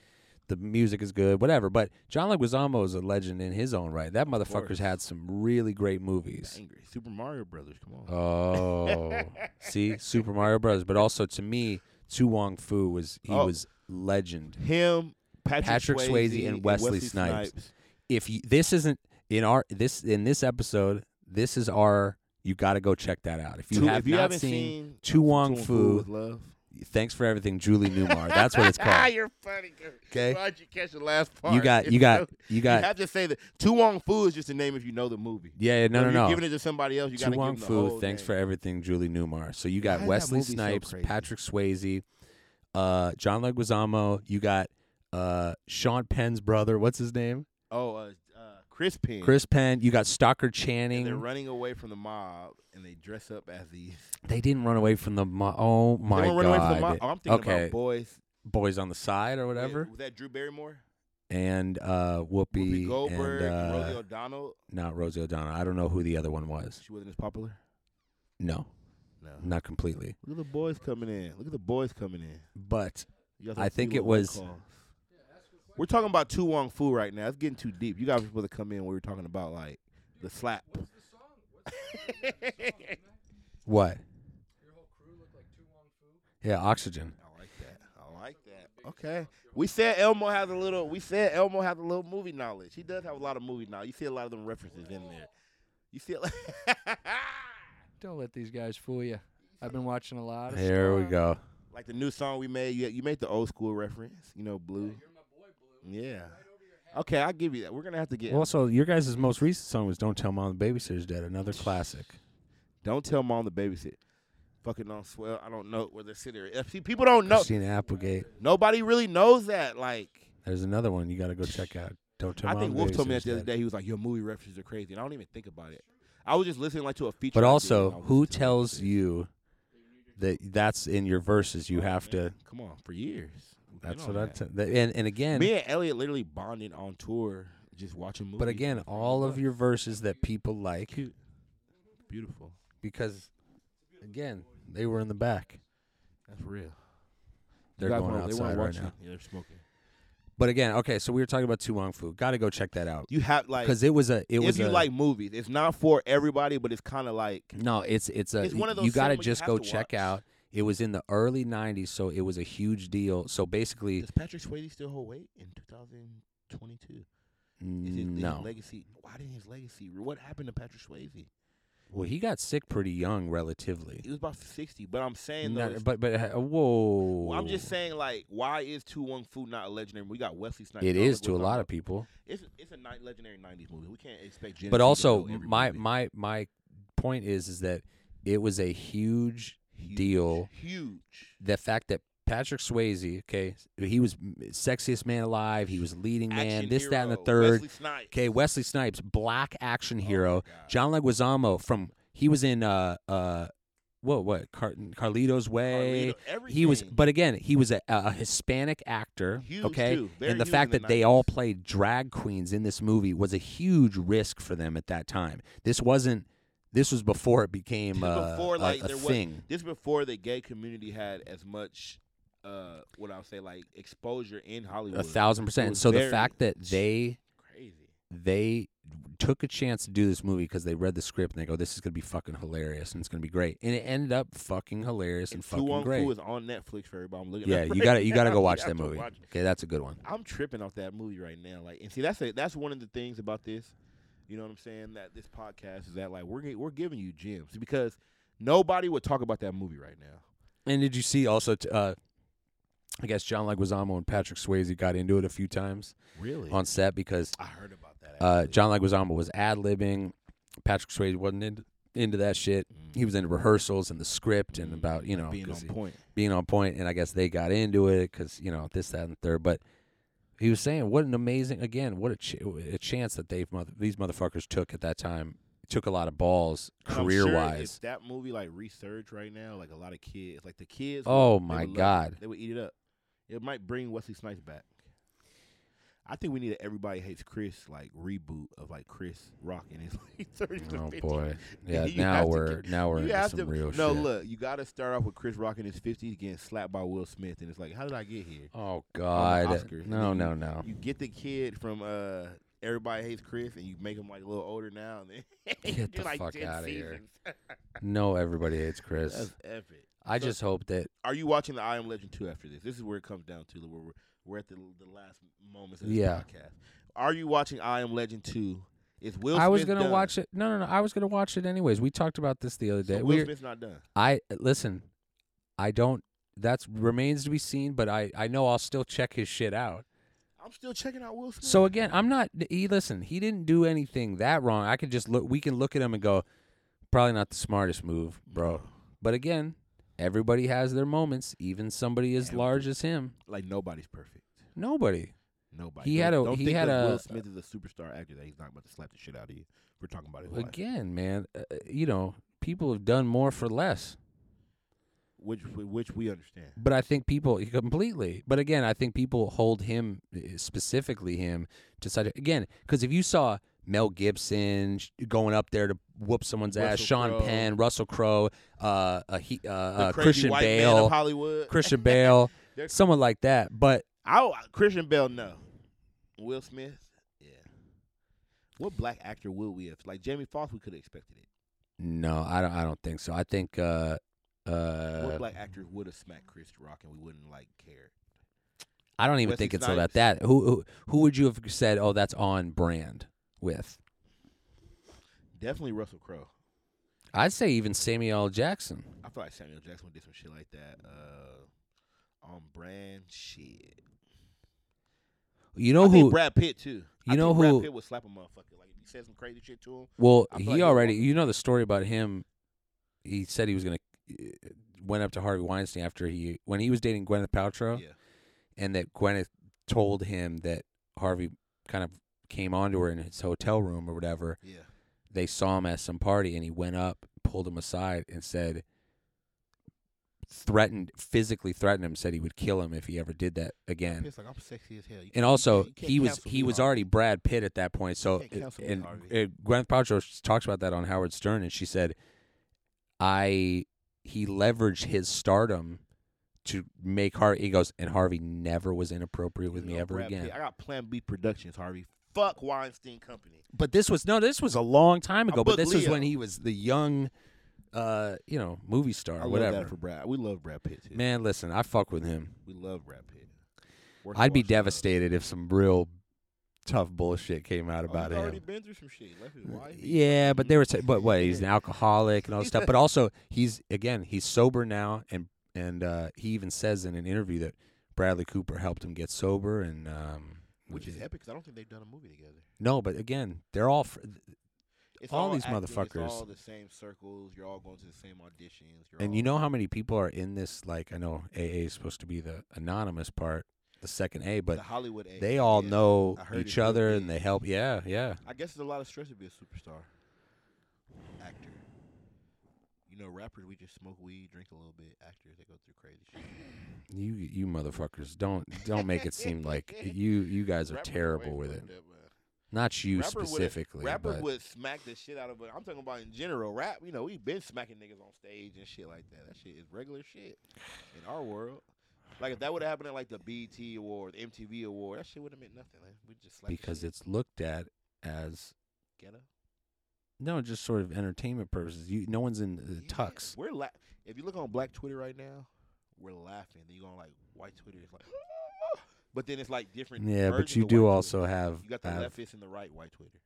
[SPEAKER 2] The music is good, whatever. But John Leguizamo is a legend in his own right. That motherfucker's
[SPEAKER 1] course.
[SPEAKER 2] had some really great movies.
[SPEAKER 1] Angry. Super Mario Brothers. Come on.
[SPEAKER 2] Oh, see, Super Mario Brothers, but also to me, Tu Wong Fu was he
[SPEAKER 1] Oh.
[SPEAKER 2] was legend.
[SPEAKER 1] Him, Patrick,
[SPEAKER 2] Patrick Swayze and Wesley Snipes. If you, this isn't in our this in this episode, this is our you got to go check that out. If you
[SPEAKER 1] Two-
[SPEAKER 2] have
[SPEAKER 1] if you
[SPEAKER 2] not
[SPEAKER 1] haven't
[SPEAKER 2] seen,
[SPEAKER 1] seen uh,
[SPEAKER 2] Tu Wong
[SPEAKER 1] Tu
[SPEAKER 2] Fu,
[SPEAKER 1] with Love.
[SPEAKER 2] thanks for everything, Julie Newmar. That's what it's
[SPEAKER 1] Ah,
[SPEAKER 2] called.
[SPEAKER 1] you're funny. 'cause
[SPEAKER 2] Okay.
[SPEAKER 1] Why'd you catch the last part?
[SPEAKER 2] You got
[SPEAKER 1] It's
[SPEAKER 2] you got
[SPEAKER 1] so-
[SPEAKER 2] you
[SPEAKER 1] You
[SPEAKER 2] got
[SPEAKER 1] have to say that Tu Wong Fu is just a name if you know the movie.
[SPEAKER 2] yeah, yeah,
[SPEAKER 1] If
[SPEAKER 2] no
[SPEAKER 1] you're
[SPEAKER 2] no no.
[SPEAKER 1] Giving it to somebody else, you
[SPEAKER 2] Tu
[SPEAKER 1] got to give
[SPEAKER 2] Wong
[SPEAKER 1] them the
[SPEAKER 2] Fu,
[SPEAKER 1] whole
[SPEAKER 2] thanks for
[SPEAKER 1] name.
[SPEAKER 2] everything, Julie Newmar. So you
[SPEAKER 1] Why
[SPEAKER 2] got
[SPEAKER 1] is that
[SPEAKER 2] Wesley
[SPEAKER 1] movie so
[SPEAKER 2] Snipes,
[SPEAKER 1] crazy?
[SPEAKER 2] Patrick Swayze, uh, John Leguizamo. You got uh, Sean Penn's brother. What's his name?
[SPEAKER 1] Oh, uh, uh, Chris Penn.
[SPEAKER 2] Chris Penn. You got Stalker
[SPEAKER 1] And
[SPEAKER 2] Channing.
[SPEAKER 1] they're running away from the mob, and they dress up as these.
[SPEAKER 2] They didn't run away from the mob. Oh my god!
[SPEAKER 1] they don't run away from the mob. Oh, I'm thinking
[SPEAKER 2] Okay.
[SPEAKER 1] about boys.
[SPEAKER 2] Boys on the side or whatever,
[SPEAKER 1] Was that Drew Barrymore?
[SPEAKER 2] and uh, Whoopi,
[SPEAKER 1] Whoopi Goldberg,
[SPEAKER 2] and
[SPEAKER 1] Rosie
[SPEAKER 2] uh,
[SPEAKER 1] O'Donnell.
[SPEAKER 2] not Rosie O'Donnell. I don't know who the other one was.
[SPEAKER 1] She wasn't as popular.
[SPEAKER 2] No,
[SPEAKER 1] No.
[SPEAKER 2] not completely.
[SPEAKER 1] Look at the boys coming in. Look at the boys coming in.
[SPEAKER 2] But
[SPEAKER 1] You guys
[SPEAKER 2] I
[SPEAKER 1] have
[SPEAKER 2] think
[SPEAKER 1] few
[SPEAKER 2] it
[SPEAKER 1] little
[SPEAKER 2] was-
[SPEAKER 1] calls. We're talking about Tu Wong Fu right now. It's getting too deep. You guys were supposed to come in. when We were talking about like the slap.
[SPEAKER 2] what? Yeah, oxygen.
[SPEAKER 1] I like that. I like that. Okay. We said Elmo has a little. We said Elmo has a little movie knowledge. He does have a lot of movie knowledge. You see a lot of them references in there. You see. A lot
[SPEAKER 3] Don't let these guys fool you. I've been watching a lot of
[SPEAKER 2] Here we
[SPEAKER 3] Star.
[SPEAKER 2] go.
[SPEAKER 1] like the new song we made. You you made the old school reference. You know, blue. Yeah. Okay, I'll give you that. We're gonna have to get.
[SPEAKER 2] Also, your guys' most recent song was "Don't Tell Mom the Babysitter's Dead," another classic.
[SPEAKER 1] Don't tell mom to babysit. Fucking don't swell. I don't know whether sit or see. People don't know.
[SPEAKER 2] Christina Applegate.
[SPEAKER 1] Nobody really knows that. Like
[SPEAKER 2] There's another one you got to go check out. Don't tell
[SPEAKER 1] I
[SPEAKER 2] mom.
[SPEAKER 1] think
[SPEAKER 2] the
[SPEAKER 1] Wolf told me
[SPEAKER 2] Babysitter's
[SPEAKER 1] that the other
[SPEAKER 2] Dead.
[SPEAKER 1] day. He was like, "Your movie references are crazy," and I don't even think about it. I was just listening like to a feature.
[SPEAKER 2] But
[SPEAKER 1] I did,
[SPEAKER 2] also,
[SPEAKER 1] and I was
[SPEAKER 2] who
[SPEAKER 1] listening to
[SPEAKER 2] tells
[SPEAKER 1] references.
[SPEAKER 2] you that that's in your verses? You have to.
[SPEAKER 1] Oh, Come on, for years. We've been
[SPEAKER 2] That's
[SPEAKER 1] on
[SPEAKER 2] what I.
[SPEAKER 1] that.
[SPEAKER 2] T- that, and and again,
[SPEAKER 1] me and Elliot literally bonded on tour, just watching movies.
[SPEAKER 2] but again, all of your verses that people like
[SPEAKER 1] cute, beautiful.
[SPEAKER 2] because, again, they were in the back.
[SPEAKER 1] That's real.
[SPEAKER 2] They're
[SPEAKER 1] You guys
[SPEAKER 2] going
[SPEAKER 1] wanna- they wanna
[SPEAKER 2] outside right
[SPEAKER 1] watch
[SPEAKER 2] now.
[SPEAKER 1] it. Yeah, they're smoking.
[SPEAKER 2] But again, okay, so we were talking about Tu Wong Fu. Got to go check that out
[SPEAKER 1] You have like
[SPEAKER 2] because it was a. It was
[SPEAKER 1] if you
[SPEAKER 2] a,
[SPEAKER 1] like movies, it's not for everybody, but it's kind of like
[SPEAKER 2] No, it's it's a.
[SPEAKER 1] It's one of those
[SPEAKER 2] you got
[SPEAKER 1] cinema
[SPEAKER 2] to
[SPEAKER 1] you
[SPEAKER 2] just
[SPEAKER 1] have
[SPEAKER 2] go
[SPEAKER 1] to
[SPEAKER 2] check
[SPEAKER 1] watch.
[SPEAKER 2] out. It was in the early '90s, so it was a huge deal. So basically,
[SPEAKER 1] Does Patrick Swayze still hold weight in 2022? Is his, is his
[SPEAKER 2] no.
[SPEAKER 1] legacy? Why didn't his legacy? What happened to Patrick Swayze?
[SPEAKER 2] Well, he got sick pretty young, relatively.
[SPEAKER 1] He was about 60, but I'm saying though,
[SPEAKER 2] Not-
[SPEAKER 1] it's-
[SPEAKER 2] but but uh, whoa.
[SPEAKER 1] well, I'm just saying like, why is Two Wong Fu not a legendary? We got Wesley Snipes.
[SPEAKER 2] it
[SPEAKER 1] I don't
[SPEAKER 2] is
[SPEAKER 1] think
[SPEAKER 2] to a
[SPEAKER 1] we're
[SPEAKER 2] lot
[SPEAKER 1] talking
[SPEAKER 2] of people.
[SPEAKER 1] about- It's it's a night legendary 90s movie. We can't expect. Gen Z
[SPEAKER 2] But
[SPEAKER 1] to
[SPEAKER 2] also,
[SPEAKER 1] know every
[SPEAKER 2] my
[SPEAKER 1] movie.
[SPEAKER 2] my my point is is that it was a huge
[SPEAKER 1] Huge,
[SPEAKER 2] deal.
[SPEAKER 1] huge.
[SPEAKER 2] The fact that Patrick Swayze, okay, he was m- sexiest man alive. He was leading man.
[SPEAKER 1] Action
[SPEAKER 2] this, that, and the
[SPEAKER 1] hero,
[SPEAKER 2] third.
[SPEAKER 1] Wesley Oh Snipes.
[SPEAKER 2] Okay, Wesley Snipes, black action hero.
[SPEAKER 1] God.
[SPEAKER 2] John Leguizamo from he was in uh uh what what Car- Carlito's Way.
[SPEAKER 1] Carlito,
[SPEAKER 2] He was,
[SPEAKER 1] everything.
[SPEAKER 2] but again, he was a, a Hispanic actor.
[SPEAKER 1] Huge,
[SPEAKER 2] okay,
[SPEAKER 1] too. Very
[SPEAKER 2] and the
[SPEAKER 1] huge
[SPEAKER 2] fact
[SPEAKER 1] in the
[SPEAKER 2] that they all
[SPEAKER 1] 90s.
[SPEAKER 2] played drag queens in this movie was a huge risk for them at that time. This wasn't. This was before it became
[SPEAKER 1] This is
[SPEAKER 2] uh,
[SPEAKER 1] before,
[SPEAKER 2] a-
[SPEAKER 1] like,
[SPEAKER 2] a,
[SPEAKER 1] there was-
[SPEAKER 2] thing.
[SPEAKER 1] This is before the gay community had as much, uh, what I'll say, like exposure in Hollywood.
[SPEAKER 2] A thousand percent. And
[SPEAKER 1] was
[SPEAKER 2] so the
[SPEAKER 1] very-
[SPEAKER 2] fact that they
[SPEAKER 1] Crazy.
[SPEAKER 2] they took a chance to do this movie because they read the script and they go, "This is gonna be fucking hilarious and it's gonna be great," and it ended up fucking hilarious and,
[SPEAKER 1] And Tu
[SPEAKER 2] fucking
[SPEAKER 1] Wong
[SPEAKER 2] great.
[SPEAKER 1] Fu is on Netflix for everybody. I'm looking.
[SPEAKER 2] yeah,
[SPEAKER 1] at
[SPEAKER 2] you gotta you gotta go
[SPEAKER 1] You
[SPEAKER 2] watch
[SPEAKER 1] have
[SPEAKER 2] that
[SPEAKER 1] to
[SPEAKER 2] movie.
[SPEAKER 1] watch it.
[SPEAKER 2] Okay, that's a good one.
[SPEAKER 1] I'm tripping off that movie right now. Like, and see, that's a, that's one of the things about this. You know what I'm saying? That this podcast is that like we're gi- we're giving you gems because nobody would talk about that movie right now.
[SPEAKER 2] And did you see also? T- uh, I guess John Leguizamo and Patrick Swayze got into it a few times
[SPEAKER 1] Really?
[SPEAKER 2] on set because
[SPEAKER 1] I heard about that.
[SPEAKER 2] uh,
[SPEAKER 1] actually.
[SPEAKER 2] John Leguizamo was ad libbing, Patrick Swayze wasn't into, into that shit. He was into rehearsals and the script and about you know
[SPEAKER 1] Mm-hmm. Mm, being on
[SPEAKER 2] 'cause he-
[SPEAKER 1] point.
[SPEAKER 2] being on point, and I guess they got into it because you know this, that, and the third. But he was saying, what an amazing again, what a, ch- a chance that they mother- these motherfuckers took at that time. It took a lot of balls
[SPEAKER 1] And Oh, I'm
[SPEAKER 2] career
[SPEAKER 1] sure if
[SPEAKER 2] wise.
[SPEAKER 1] that movie like resurged right now, like a lot of kids, like the kids. would-
[SPEAKER 2] Oh
[SPEAKER 1] they
[SPEAKER 2] my
[SPEAKER 1] would love it.
[SPEAKER 2] god!
[SPEAKER 1] they would eat it up. It might bring Wesley Snipes back. I think we need an everybody hates Chris like reboot of like Chris Rock in his late thirties.
[SPEAKER 2] Oh boy!
[SPEAKER 1] Yeah,
[SPEAKER 2] Yeah,
[SPEAKER 1] you have
[SPEAKER 2] now
[SPEAKER 1] to
[SPEAKER 2] we're now we're
[SPEAKER 1] you
[SPEAKER 2] into
[SPEAKER 1] have
[SPEAKER 2] some
[SPEAKER 1] to
[SPEAKER 2] real
[SPEAKER 1] no
[SPEAKER 2] shit.
[SPEAKER 1] look. You got to start off with Chris Rock in his fifties getting slapped by Will Smith, and it's like, how did I get here?
[SPEAKER 2] Oh god!
[SPEAKER 1] Oscars, and
[SPEAKER 2] No,
[SPEAKER 1] then
[SPEAKER 2] no, no.
[SPEAKER 1] You get the kid from uh, Everybody Hates Chris, and you make him like a little older now, and then you
[SPEAKER 2] Get
[SPEAKER 1] do,
[SPEAKER 2] the
[SPEAKER 1] like
[SPEAKER 2] fuck
[SPEAKER 1] 10
[SPEAKER 2] outta here.
[SPEAKER 1] seasons.
[SPEAKER 2] No, everybody hates Chris.
[SPEAKER 1] That's epic.
[SPEAKER 2] I
[SPEAKER 1] so-
[SPEAKER 2] just hope that
[SPEAKER 1] Are you watching the I Am Legend two after this? This is where it comes down to. Where we're, we're at the the last moments of this
[SPEAKER 2] Yeah.
[SPEAKER 1] podcast. Are you watching I Am Legend two? Is Will Smith
[SPEAKER 2] I was gonna
[SPEAKER 1] done?
[SPEAKER 2] watch it. No, no, no. I was gonna watch it anyways. We talked about this the other
[SPEAKER 1] So
[SPEAKER 2] day.
[SPEAKER 1] Will
[SPEAKER 2] We're-
[SPEAKER 1] Smith's not done.
[SPEAKER 2] I listen. I don't. That's remains to be seen. But I, I know I'll still check his shit out.
[SPEAKER 1] I'm still checking out Will Smith.
[SPEAKER 2] So again, I'm not. He listen. He didn't do anything that wrong. I could just look. We can look at him and go, probably not the smartest move, bro. But again, everybody has their moments. Even somebody as large as him,
[SPEAKER 1] like nobody's perfect.
[SPEAKER 2] nobody.
[SPEAKER 1] Nobody.
[SPEAKER 2] He
[SPEAKER 1] Don't-
[SPEAKER 2] had a-
[SPEAKER 1] Don't
[SPEAKER 2] he
[SPEAKER 1] think
[SPEAKER 2] had
[SPEAKER 1] that
[SPEAKER 2] a-
[SPEAKER 1] Will Smith is a superstar actor that he's not about to slap the shit out of you. We're talking about his life.
[SPEAKER 2] Again, man. Uh, you know, people have done more for less.
[SPEAKER 1] which we- which we understand.
[SPEAKER 2] But I think people completely. But eh, again, I think people hold him specifically him to such a- again because if you saw Mel Gibson sh- going up there to whoop someone's ass,
[SPEAKER 1] Russell
[SPEAKER 2] Sean
[SPEAKER 1] Crowe.
[SPEAKER 2] Penn, Russell Crowe, uh, uh, he, uh,
[SPEAKER 1] The
[SPEAKER 2] uh,
[SPEAKER 1] crazy
[SPEAKER 2] Christian
[SPEAKER 1] white man of
[SPEAKER 2] Bale,
[SPEAKER 1] Hollywood.
[SPEAKER 2] Christian Bale,
[SPEAKER 1] They're-
[SPEAKER 2] someone like that. But
[SPEAKER 1] I Christian Bale, no. Will Smith, yeah. What black actor would we have? Like Jamie Foxx, we could have expected it.
[SPEAKER 2] no, I don't. I don't think so. I think uh,
[SPEAKER 1] what
[SPEAKER 2] uh,
[SPEAKER 1] black actor would have smacked Chris Rock and we wouldn't like care?
[SPEAKER 2] I don't even
[SPEAKER 1] Wesley
[SPEAKER 2] think it's about
[SPEAKER 1] Snipes?
[SPEAKER 2] that. Who, who who would you have said? Oh, that's on brand with.
[SPEAKER 1] Definitely Russell Crowe.
[SPEAKER 2] I'd say even Samuel L. Jackson.
[SPEAKER 1] I feel like Samuel Jackson did some shit like that. Uh, on brand shit.
[SPEAKER 2] You know
[SPEAKER 1] I think
[SPEAKER 2] who?
[SPEAKER 1] Brad Pitt too. I
[SPEAKER 2] You know
[SPEAKER 1] think
[SPEAKER 2] who-
[SPEAKER 1] Brad Pitt would slap a motherfucker. Like if he said some crazy shit to him.
[SPEAKER 2] well,
[SPEAKER 1] I feel
[SPEAKER 2] he
[SPEAKER 1] like he's
[SPEAKER 2] already.
[SPEAKER 1] one-
[SPEAKER 2] You know the story about him. He said he was gonna eh, went up to Harvey Weinstein after he when he was dating Gwyneth Paltrow,
[SPEAKER 1] Yeah.
[SPEAKER 2] and that Gwyneth told him that Harvey kind of came onto her in his hotel room or whatever,
[SPEAKER 1] Yeah.
[SPEAKER 2] they saw him at some party and he went up, pulled him aside, and said, threatened, physically threatened him, said he would kill him if he ever did that again.
[SPEAKER 1] Pitt's like I'm sexy as hell. You
[SPEAKER 2] And
[SPEAKER 1] can't-
[SPEAKER 2] also,
[SPEAKER 1] you can't
[SPEAKER 2] he was
[SPEAKER 1] cancel
[SPEAKER 2] he
[SPEAKER 1] me,
[SPEAKER 2] was
[SPEAKER 1] Harvey.
[SPEAKER 2] already Brad Pitt at that point. So,
[SPEAKER 1] You can't cancel me,
[SPEAKER 2] and
[SPEAKER 1] Harvey.
[SPEAKER 2] uh, Gwyneth Paltrow s- talks about that on Howard Stern, and she said, "I he leveraged his stardom to make Harvey." He goes, and Harvey never was inappropriate with
[SPEAKER 1] You
[SPEAKER 2] me
[SPEAKER 1] know,
[SPEAKER 2] ever
[SPEAKER 1] Brad
[SPEAKER 2] again.
[SPEAKER 1] Pitt. I got Plan B Productions, Harvey. Fuck Weinstein Company.
[SPEAKER 2] but this was no, this was a long time
[SPEAKER 1] I
[SPEAKER 2] ago. But
[SPEAKER 1] booked
[SPEAKER 2] this was when
[SPEAKER 1] Leo.
[SPEAKER 2] he was the young, uh, you know, movie star,
[SPEAKER 1] I love
[SPEAKER 2] whatever.
[SPEAKER 1] that for Brad. We love Brad Pitt too.
[SPEAKER 2] Man, listen, I fuck with him.
[SPEAKER 1] We love Brad Pitt.
[SPEAKER 2] I'd be devastated if some real tough bullshit came out about
[SPEAKER 1] Oh, he's already
[SPEAKER 2] him.
[SPEAKER 1] been through some shit. Left his wife.
[SPEAKER 2] Yeah, but they were, t- but what? He's an
[SPEAKER 1] Yeah.
[SPEAKER 2] alcoholic and all this
[SPEAKER 1] He's
[SPEAKER 2] stuff.
[SPEAKER 1] a-
[SPEAKER 2] But also, he's again, he's sober now, and and uh, he even says in an interview that Bradley Cooper helped him get sober, and um,
[SPEAKER 1] Which is epic because I don't think they've done a movie together.
[SPEAKER 2] no, but again, they're all. Fr-
[SPEAKER 1] It's
[SPEAKER 2] All these
[SPEAKER 1] acting, it's
[SPEAKER 2] motherfuckers.
[SPEAKER 1] all the same circles. You're all going to the same auditions. You're
[SPEAKER 2] and
[SPEAKER 1] all-
[SPEAKER 2] you know how many people are in this? Like, I know AA is supposed to be the anonymous part, the second A,
[SPEAKER 1] the
[SPEAKER 2] but
[SPEAKER 1] Hollywood. A,
[SPEAKER 2] they all
[SPEAKER 1] yeah.
[SPEAKER 2] know
[SPEAKER 1] I heard it's
[SPEAKER 2] each
[SPEAKER 1] real
[SPEAKER 2] other
[SPEAKER 1] big.
[SPEAKER 2] and they help. Yeah, yeah.
[SPEAKER 1] I guess there's a lot of stress to be a superstar actor. You know, rappers we just smoke weed, drink a little bit. Actors they go through crazy shit.
[SPEAKER 2] You you motherfuckers don't don't make it seem like you you guys are
[SPEAKER 1] Rappers way
[SPEAKER 2] terrible with
[SPEAKER 1] fucked
[SPEAKER 2] it.
[SPEAKER 1] up, man.
[SPEAKER 2] Not you
[SPEAKER 1] Rapper would've-
[SPEAKER 2] specifically,
[SPEAKER 1] Rapper
[SPEAKER 2] but
[SPEAKER 1] would smack the shit out of it. I'm talking about in general rap. You know, we've been smacking niggas on stage and shit like that. That shit is regular shit in our world. Like if that would have happened at like the E BT award, the MTV award, that shit would have meant nothing. Man. We just like
[SPEAKER 2] because it's looked at as
[SPEAKER 1] ghetto.
[SPEAKER 2] no, just sort of entertainment purposes. You no one's in the
[SPEAKER 1] Yeah,
[SPEAKER 2] tux.
[SPEAKER 1] We're la- if you look on Black Twitter right now, we're laughing. Then you go on like white Twitter, it's like, but then it's like different.
[SPEAKER 2] Yeah, but
[SPEAKER 1] versions
[SPEAKER 2] you
[SPEAKER 1] of white
[SPEAKER 2] do
[SPEAKER 1] Twitter.
[SPEAKER 2] also have,
[SPEAKER 1] you got the
[SPEAKER 2] have-
[SPEAKER 1] leftist and the right white Twitter.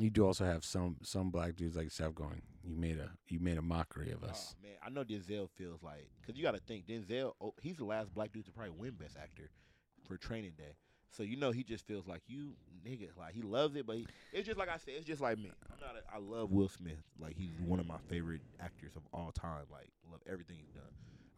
[SPEAKER 2] you do also have some some black dudes like yourself going. You made a you made a mockery of
[SPEAKER 1] Oh,
[SPEAKER 2] us.
[SPEAKER 1] man, I know Denzel feels like because you got to think Denzel. Oh, he's the last black dude to probably win Best Actor for Training Day. So you know he just feels like you nigga. Like he loves it, but he, it's just like I said. It's just like me. I'm not. A, I love Will Smith. Like he's one of my favorite actors of all time. Like love everything he's done.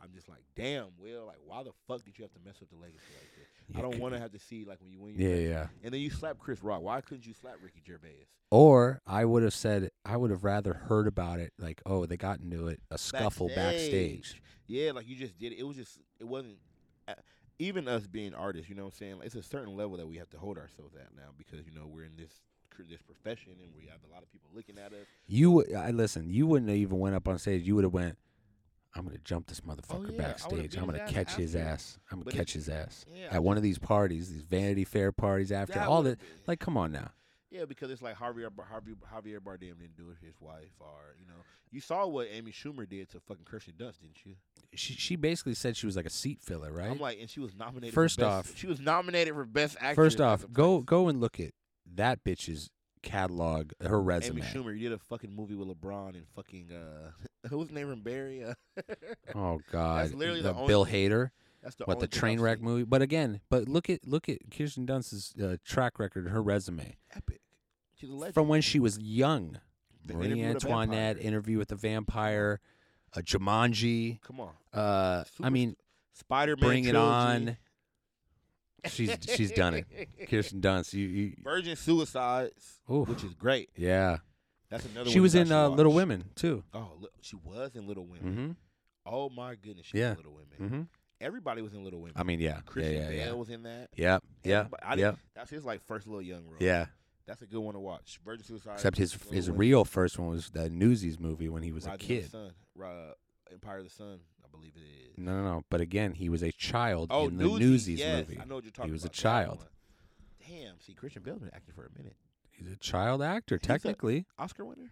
[SPEAKER 1] I'm just like, damn, Will. Like why the fuck did you have to mess up the legacy like this?
[SPEAKER 2] You
[SPEAKER 1] I don't
[SPEAKER 2] c-
[SPEAKER 1] want to have to see like when you win.
[SPEAKER 2] Yeah,
[SPEAKER 1] Your
[SPEAKER 2] yeah.
[SPEAKER 1] And then you slap Chris Rock. Why couldn't you slap Ricky Gervais?
[SPEAKER 2] Or I would have said I would have rather heard about it like, oh, they got into it, a scuffle backstage.
[SPEAKER 1] Yeah, like you just did it. It was just it wasn't uh, even us being artists. You know what I'm saying? Like, it's a certain level that we have to hold ourselves at now because you know we're in this cr- this profession and we have a lot of people looking at us.
[SPEAKER 2] You would I listen. You wouldn't have even went up on stage. You would have went. I'm gonna jump this motherfucker
[SPEAKER 1] Oh, yeah, I would've
[SPEAKER 2] backstage.
[SPEAKER 1] beat
[SPEAKER 2] I'm
[SPEAKER 1] his
[SPEAKER 2] gonna
[SPEAKER 1] ass
[SPEAKER 2] catch his
[SPEAKER 1] after.
[SPEAKER 2] ass. I'm
[SPEAKER 1] But
[SPEAKER 2] gonna
[SPEAKER 1] it-
[SPEAKER 2] catch his ass
[SPEAKER 1] Yeah,
[SPEAKER 2] at one of these parties, these Vanity Fair parties. After all that,
[SPEAKER 1] would've been-
[SPEAKER 2] like, come on now.
[SPEAKER 1] yeah, because it's like Javier Bar- Harvey Javier Bardem didn't do it. His wife, or you know, you saw what Amy Schumer did to fucking Kirsten Dunst, didn't you?
[SPEAKER 2] She she basically said she was like a seat filler, right?
[SPEAKER 1] I'm like, and she was nominated.
[SPEAKER 2] First
[SPEAKER 1] for best,
[SPEAKER 2] off-
[SPEAKER 1] she was nominated for best actress.
[SPEAKER 2] First
[SPEAKER 1] at
[SPEAKER 2] off,
[SPEAKER 1] the
[SPEAKER 2] go
[SPEAKER 1] place.
[SPEAKER 2] go and look at that bitch's catalog, her resume.
[SPEAKER 1] Amy Schumer, you did a fucking movie with LeBron and fucking uh, who was the name from Barry? Uh,
[SPEAKER 2] Oh God,
[SPEAKER 1] literally
[SPEAKER 2] the,
[SPEAKER 1] the only
[SPEAKER 2] Bill
[SPEAKER 1] thing-
[SPEAKER 2] Hader,
[SPEAKER 1] that's the
[SPEAKER 2] what
[SPEAKER 1] only
[SPEAKER 2] the
[SPEAKER 1] thing I've
[SPEAKER 2] train wreck
[SPEAKER 1] seen.
[SPEAKER 2] movie. But again, but look at look at Kirsten Dunst's uh, track record, her resume.
[SPEAKER 1] Epic. She's a legend.
[SPEAKER 2] from when she was young.
[SPEAKER 1] The
[SPEAKER 2] Marie
[SPEAKER 1] Interview with a
[SPEAKER 2] Antoinette,
[SPEAKER 1] Vampire.
[SPEAKER 2] Interview with the Vampire, uh, Jumanji.
[SPEAKER 1] Come on,
[SPEAKER 2] Uh, I
[SPEAKER 1] Superst-
[SPEAKER 2] mean,
[SPEAKER 1] Spider Man.
[SPEAKER 2] Bring It On. She's she's done it. Kirsten Dunst. You, you
[SPEAKER 1] Virgin Suicides,
[SPEAKER 2] Oof.
[SPEAKER 1] which is great.
[SPEAKER 2] yeah.
[SPEAKER 1] That's another.
[SPEAKER 2] She
[SPEAKER 1] one
[SPEAKER 2] was
[SPEAKER 1] you
[SPEAKER 2] in
[SPEAKER 1] guys should
[SPEAKER 2] uh, Little
[SPEAKER 1] watch.
[SPEAKER 2] Women too.
[SPEAKER 1] Oh, li- she was in Little Women.
[SPEAKER 2] Mm-hmm.
[SPEAKER 1] Oh my goodness, she
[SPEAKER 2] Yeah.
[SPEAKER 1] was in Little Women.
[SPEAKER 2] Mm-hmm.
[SPEAKER 1] Everybody was in Little Women.
[SPEAKER 2] I mean, yeah, yeah,
[SPEAKER 1] Christian
[SPEAKER 2] yeah, yeah.
[SPEAKER 1] Bale was in that.
[SPEAKER 2] Yep, yep,
[SPEAKER 1] Everybody- I
[SPEAKER 2] yep,
[SPEAKER 1] didn't- That's his like first little young role.
[SPEAKER 2] yeah.
[SPEAKER 1] That's a good one to watch. Virgin Suicide.
[SPEAKER 2] Except his
[SPEAKER 1] Lil
[SPEAKER 2] his
[SPEAKER 1] Wayne,
[SPEAKER 2] real first one was the Newsies movie when he was a
[SPEAKER 1] Rising of the
[SPEAKER 2] kid.
[SPEAKER 1] Sun, Ra- Empire of the Sun, I believe it is.
[SPEAKER 2] No, no, no. But again, he was a child
[SPEAKER 1] Oh,
[SPEAKER 2] in the
[SPEAKER 1] Newsies,
[SPEAKER 2] Newsies
[SPEAKER 1] yes,
[SPEAKER 2] movie.
[SPEAKER 1] I know what you're talking about.
[SPEAKER 2] was a
[SPEAKER 1] that
[SPEAKER 2] child.
[SPEAKER 1] one. Damn. See, Christian Bale been acting for a minute.
[SPEAKER 2] He's a child actor,
[SPEAKER 1] He's a-
[SPEAKER 2] technically.
[SPEAKER 1] Oscar winner,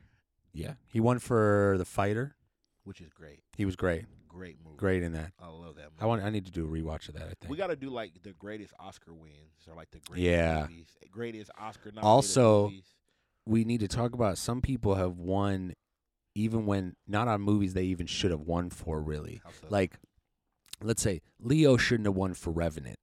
[SPEAKER 2] yeah, he won for The Fighter.
[SPEAKER 1] which is great.
[SPEAKER 2] He was great,
[SPEAKER 1] Great movie.
[SPEAKER 2] great in that.
[SPEAKER 1] I love that movie.
[SPEAKER 2] I want. I need to do a rewatch of that. I think.
[SPEAKER 1] we got to do like the greatest Oscar wins or like the greatest
[SPEAKER 2] Yeah.
[SPEAKER 1] movies, greatest Oscar nominated
[SPEAKER 2] Also-
[SPEAKER 1] movies.
[SPEAKER 2] we need to talk about some people have won even when not on movies they even should have won for really
[SPEAKER 1] How so?
[SPEAKER 2] like let's say leo shouldn't have won for revenant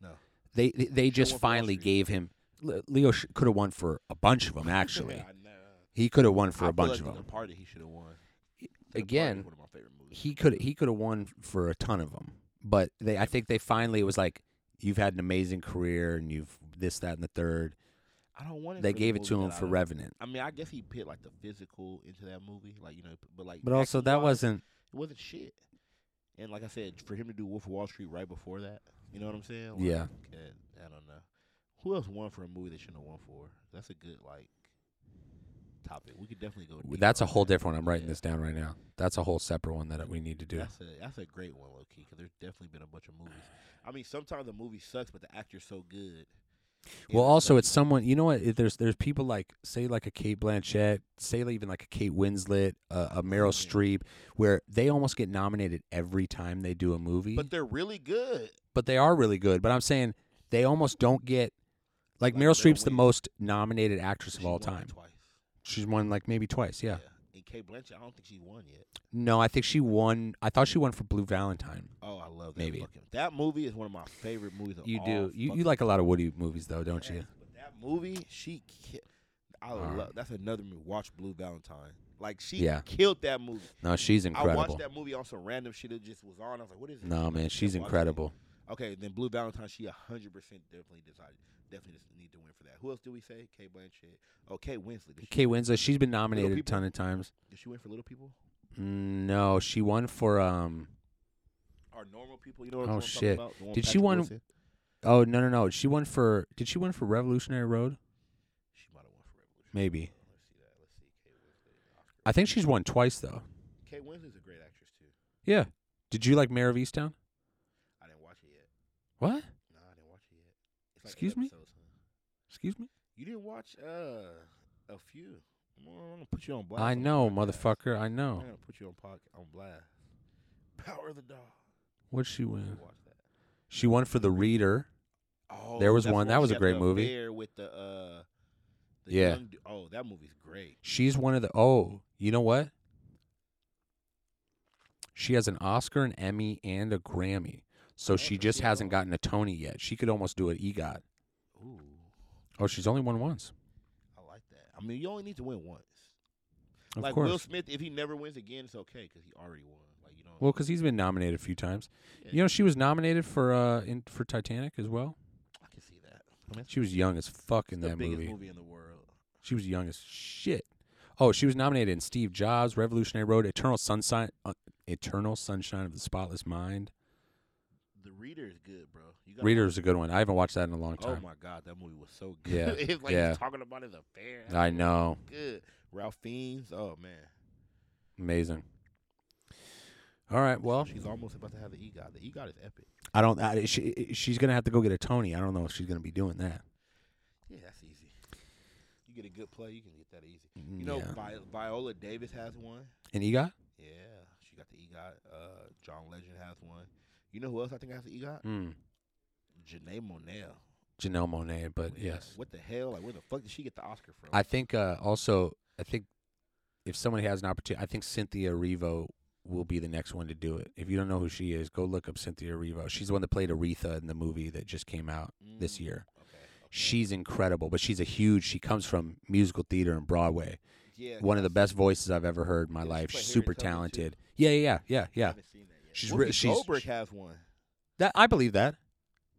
[SPEAKER 1] No.
[SPEAKER 2] they they, they
[SPEAKER 1] Should've
[SPEAKER 2] just
[SPEAKER 1] won for Wall
[SPEAKER 2] finally
[SPEAKER 1] Street.
[SPEAKER 2] gave him Le- leo sh- could have won for a bunch of them actually
[SPEAKER 1] I know.
[SPEAKER 2] he could have won for
[SPEAKER 1] I
[SPEAKER 2] a
[SPEAKER 1] feel
[SPEAKER 2] bunch
[SPEAKER 1] like
[SPEAKER 2] of
[SPEAKER 1] The
[SPEAKER 2] them
[SPEAKER 1] Departed, he should have won. The Departed
[SPEAKER 2] Again,
[SPEAKER 1] is one of my favorite movies.
[SPEAKER 2] he could he could have won for a ton of them but they i think they finally it was like you've had an amazing career and you've this that and the third
[SPEAKER 1] I don't want.
[SPEAKER 2] they
[SPEAKER 1] for the
[SPEAKER 2] gave it
[SPEAKER 1] movie
[SPEAKER 2] to
[SPEAKER 1] that
[SPEAKER 2] him
[SPEAKER 1] I
[SPEAKER 2] for
[SPEAKER 1] love.
[SPEAKER 2] revenant
[SPEAKER 1] I mean, I guess he put like the physical into that movie, like you know, but like.
[SPEAKER 2] but also that
[SPEAKER 1] acting-wise,
[SPEAKER 2] wasn't
[SPEAKER 1] it wasn't shit. And like I said, for him to do Wolf of Wall Street right before that, you know what I'm saying? Like,
[SPEAKER 2] Yeah.
[SPEAKER 1] uh, I don't know. Who else won for a movie they shouldn't have won for? That's a good like topic. We could definitely go. deep
[SPEAKER 2] That's a
[SPEAKER 1] on
[SPEAKER 2] whole
[SPEAKER 1] that.
[SPEAKER 2] different. I'm writing
[SPEAKER 1] Yeah.
[SPEAKER 2] this down right now. That's a whole separate one that we need to do.
[SPEAKER 1] That's a that's a great one, low key, because there's definitely been a bunch of movies. I mean, sometimes the movie sucks, but the actor's so good. And
[SPEAKER 2] Well, also
[SPEAKER 1] like-
[SPEAKER 2] it's someone. You know what? If there's there's people like say like a Kate Blanchett, say like even like a Kate Winslet, a, a Meryl
[SPEAKER 1] Mhm.
[SPEAKER 2] Streep, where they almost get nominated every time they do a movie.
[SPEAKER 1] but they're really good.
[SPEAKER 2] but they are really good. But I'm saying they almost don't get. Like, Meryl
[SPEAKER 1] Like, they don't
[SPEAKER 2] Streep's the
[SPEAKER 1] win.
[SPEAKER 2] most nominated actress of
[SPEAKER 1] She
[SPEAKER 2] all
[SPEAKER 1] won it
[SPEAKER 2] time.
[SPEAKER 1] twice.
[SPEAKER 2] She's won like maybe twice. Yeah.
[SPEAKER 1] And Kate Blanchett, I don't think she won yet.
[SPEAKER 2] No, I think she won. I thought she won for Blue Valentine.
[SPEAKER 1] Oh, I love that.
[SPEAKER 2] Maybe.
[SPEAKER 1] fucking- that movie is one of my favorite movies. Of
[SPEAKER 2] You
[SPEAKER 1] all
[SPEAKER 2] do. You, you
[SPEAKER 1] fucking
[SPEAKER 2] like a lot of Woody movies though, don't
[SPEAKER 1] Yes,
[SPEAKER 2] you?
[SPEAKER 1] But that movie, she killed. I
[SPEAKER 2] Alright.
[SPEAKER 1] love. That's another movie. Watch Blue Valentine. Like she
[SPEAKER 2] Yeah.
[SPEAKER 1] killed that movie.
[SPEAKER 2] No, she's
[SPEAKER 1] I
[SPEAKER 2] incredible.
[SPEAKER 1] watched that movie on some random shit that just was on. I was like, what is this?
[SPEAKER 2] No,
[SPEAKER 1] And I
[SPEAKER 2] man,
[SPEAKER 1] just
[SPEAKER 2] she's
[SPEAKER 1] kept watching it.
[SPEAKER 2] incredible.
[SPEAKER 1] Okay, then Blue Valentine, she hundred percent definitely decided definitely just need to win for that. Who else do we say? Kate Blanchett. Oh, Kate Winslet. Did she,
[SPEAKER 2] Kate Winslet, she's been nominated a
[SPEAKER 1] People.
[SPEAKER 2] ton of times.
[SPEAKER 1] did she win for Little People
[SPEAKER 2] Mm, No, she won for um.
[SPEAKER 1] or Normal People? You know what
[SPEAKER 2] Oh,
[SPEAKER 1] I'm
[SPEAKER 2] shit.
[SPEAKER 1] talking about? The one with
[SPEAKER 2] Did she
[SPEAKER 1] Patrick
[SPEAKER 2] won-
[SPEAKER 1] Wilson?
[SPEAKER 2] Oh no no no! She won for did she win for Revolutionary Road?
[SPEAKER 1] She might have won for Revolution.
[SPEAKER 2] Maybe.
[SPEAKER 1] Hold on, Let's see that. Let's see Kate Winslet. Oscar.
[SPEAKER 2] I think she's won twice though.
[SPEAKER 1] Kate Winslet's a great actress too.
[SPEAKER 2] Yeah. Did you like Mayor of Easttown?
[SPEAKER 1] I didn't watch it yet.
[SPEAKER 2] What?
[SPEAKER 1] No, I didn't watch it yet. It's eight
[SPEAKER 2] Excuse me?
[SPEAKER 1] episodes, huh?
[SPEAKER 2] Excuse me.
[SPEAKER 1] You didn't watch uh a few. Come on, I'm gonna put you on blast.
[SPEAKER 2] I
[SPEAKER 1] on the
[SPEAKER 2] know,
[SPEAKER 1] podcast.
[SPEAKER 2] motherfucker. I
[SPEAKER 1] I'm
[SPEAKER 2] know.
[SPEAKER 1] gonna put you on podcast on blast. Power of the dog.
[SPEAKER 2] What'd she
[SPEAKER 1] You
[SPEAKER 2] win?
[SPEAKER 1] watch that.
[SPEAKER 2] She won for The Reader.
[SPEAKER 1] Oh,
[SPEAKER 2] There was
[SPEAKER 1] that's
[SPEAKER 2] one-
[SPEAKER 1] when
[SPEAKER 2] that
[SPEAKER 1] she
[SPEAKER 2] was a
[SPEAKER 1] had
[SPEAKER 2] great
[SPEAKER 1] the
[SPEAKER 2] movie.
[SPEAKER 1] affair With the uh, the
[SPEAKER 2] Yeah.
[SPEAKER 1] young du- oh, that movie's great.
[SPEAKER 2] She's one of the. Oh, you know what? She has an Oscar, an Emmy, and a Grammy. So
[SPEAKER 1] Oh,
[SPEAKER 2] she
[SPEAKER 1] so
[SPEAKER 2] just
[SPEAKER 1] she had
[SPEAKER 2] hasn't
[SPEAKER 1] all-
[SPEAKER 2] gotten a Tony yet. She could almost do an EGOT.
[SPEAKER 1] Ooh,
[SPEAKER 2] Oh, she's only won once.
[SPEAKER 1] I like that. I mean, you only need to win once.
[SPEAKER 2] Of
[SPEAKER 1] like
[SPEAKER 2] course.
[SPEAKER 1] Will Smith, if he never wins again, it's okay because he already won. Like you know.
[SPEAKER 2] Well, because he's been nominated a few times.
[SPEAKER 1] yeah,
[SPEAKER 2] You know, she was nominated for uh in, for Titanic as well.
[SPEAKER 1] I can see that. I mean,
[SPEAKER 2] She was young as fuck in
[SPEAKER 1] the
[SPEAKER 2] that
[SPEAKER 1] biggest
[SPEAKER 2] movie.
[SPEAKER 1] in the world.
[SPEAKER 2] She was young as shit. Oh, she was nominated in Steve Jobs, Revolutionary Road, Eternal Sunshine, uh, Eternal Sunshine of the Spotless Mind.
[SPEAKER 1] The Reader is good, bro. You gotta
[SPEAKER 2] Reader's a good one. I haven't watched that in a long
[SPEAKER 1] Oh
[SPEAKER 2] time.
[SPEAKER 1] my god, that movie was so good.
[SPEAKER 2] Yeah,
[SPEAKER 1] it's like
[SPEAKER 2] yeah.
[SPEAKER 1] he's talking about his affair. That
[SPEAKER 2] I
[SPEAKER 1] movie was
[SPEAKER 2] know,
[SPEAKER 1] Good. Ralph Fiennes. Oh man.
[SPEAKER 2] amazing. All right, well,
[SPEAKER 1] she's almost about to have the EGOT. The EGOT is epic.
[SPEAKER 2] I don't. I, she, she's gonna have to go get a Tony. I don't know if she's gonna be doing that.
[SPEAKER 1] Yeah, that's easy. You get a good play, you can get that easy. You know,
[SPEAKER 2] yeah.
[SPEAKER 1] Vi- Viola Davis has one.
[SPEAKER 2] and EGOT.
[SPEAKER 1] Yeah, she got the EGOT. Uh, John Legend has one. You know who else I think has the EGOT?
[SPEAKER 2] Mm.
[SPEAKER 1] Janae Monail.
[SPEAKER 2] Janelle Monet, but yes,
[SPEAKER 1] What the hell? Like, where the fuck did she get the Oscar from?
[SPEAKER 2] I think uh, also I think if someone has an opportunity, I think Cynthia Revo will be the next one to do it. If you don't know who she is, go look up Cynthia Revo. She's the one that played Aretha in the movie that just came out this
[SPEAKER 1] Mm,
[SPEAKER 2] year.
[SPEAKER 1] Okay. okay.
[SPEAKER 2] She's incredible, but she's a huge. She comes from musical theater and Broadway.
[SPEAKER 1] yeah,
[SPEAKER 2] One of the
[SPEAKER 1] I-
[SPEAKER 2] best voices I've ever heard in my
[SPEAKER 1] Didn't she
[SPEAKER 2] life.
[SPEAKER 1] play
[SPEAKER 2] She's
[SPEAKER 1] Harriet
[SPEAKER 2] super
[SPEAKER 1] Tubman, too?
[SPEAKER 2] talented. Yeah, yeah, yeah,
[SPEAKER 1] I
[SPEAKER 2] yeah.
[SPEAKER 1] haven't seen that yet.
[SPEAKER 2] She's
[SPEAKER 1] Whoopi
[SPEAKER 2] re- she's-
[SPEAKER 1] Goldberg
[SPEAKER 2] she-
[SPEAKER 1] has one.
[SPEAKER 2] That I believe that.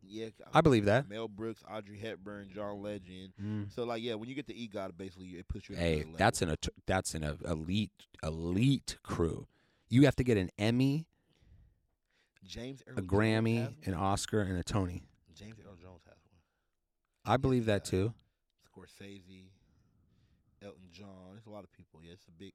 [SPEAKER 1] Yeah,
[SPEAKER 2] I believe that.
[SPEAKER 1] Mel Brooks, Audrey Hepburn, John Legend.
[SPEAKER 2] Mm.
[SPEAKER 1] So like, yeah, when you get the EGOT, basically it puts you. in
[SPEAKER 2] Hey,
[SPEAKER 1] another
[SPEAKER 2] that's
[SPEAKER 1] level.
[SPEAKER 2] an at- that's an uh, elite elite crew. You have to get an Emmy,
[SPEAKER 1] James Earl
[SPEAKER 2] a
[SPEAKER 1] Jones
[SPEAKER 2] Grammy,
[SPEAKER 1] has one?
[SPEAKER 2] an Oscar, and a Tony.
[SPEAKER 1] James Earl Jones has one.
[SPEAKER 2] I believe that
[SPEAKER 1] yeah.
[SPEAKER 2] too.
[SPEAKER 1] Of Scorsese, Elton John. There's a lot of people. Yeah, it's a big.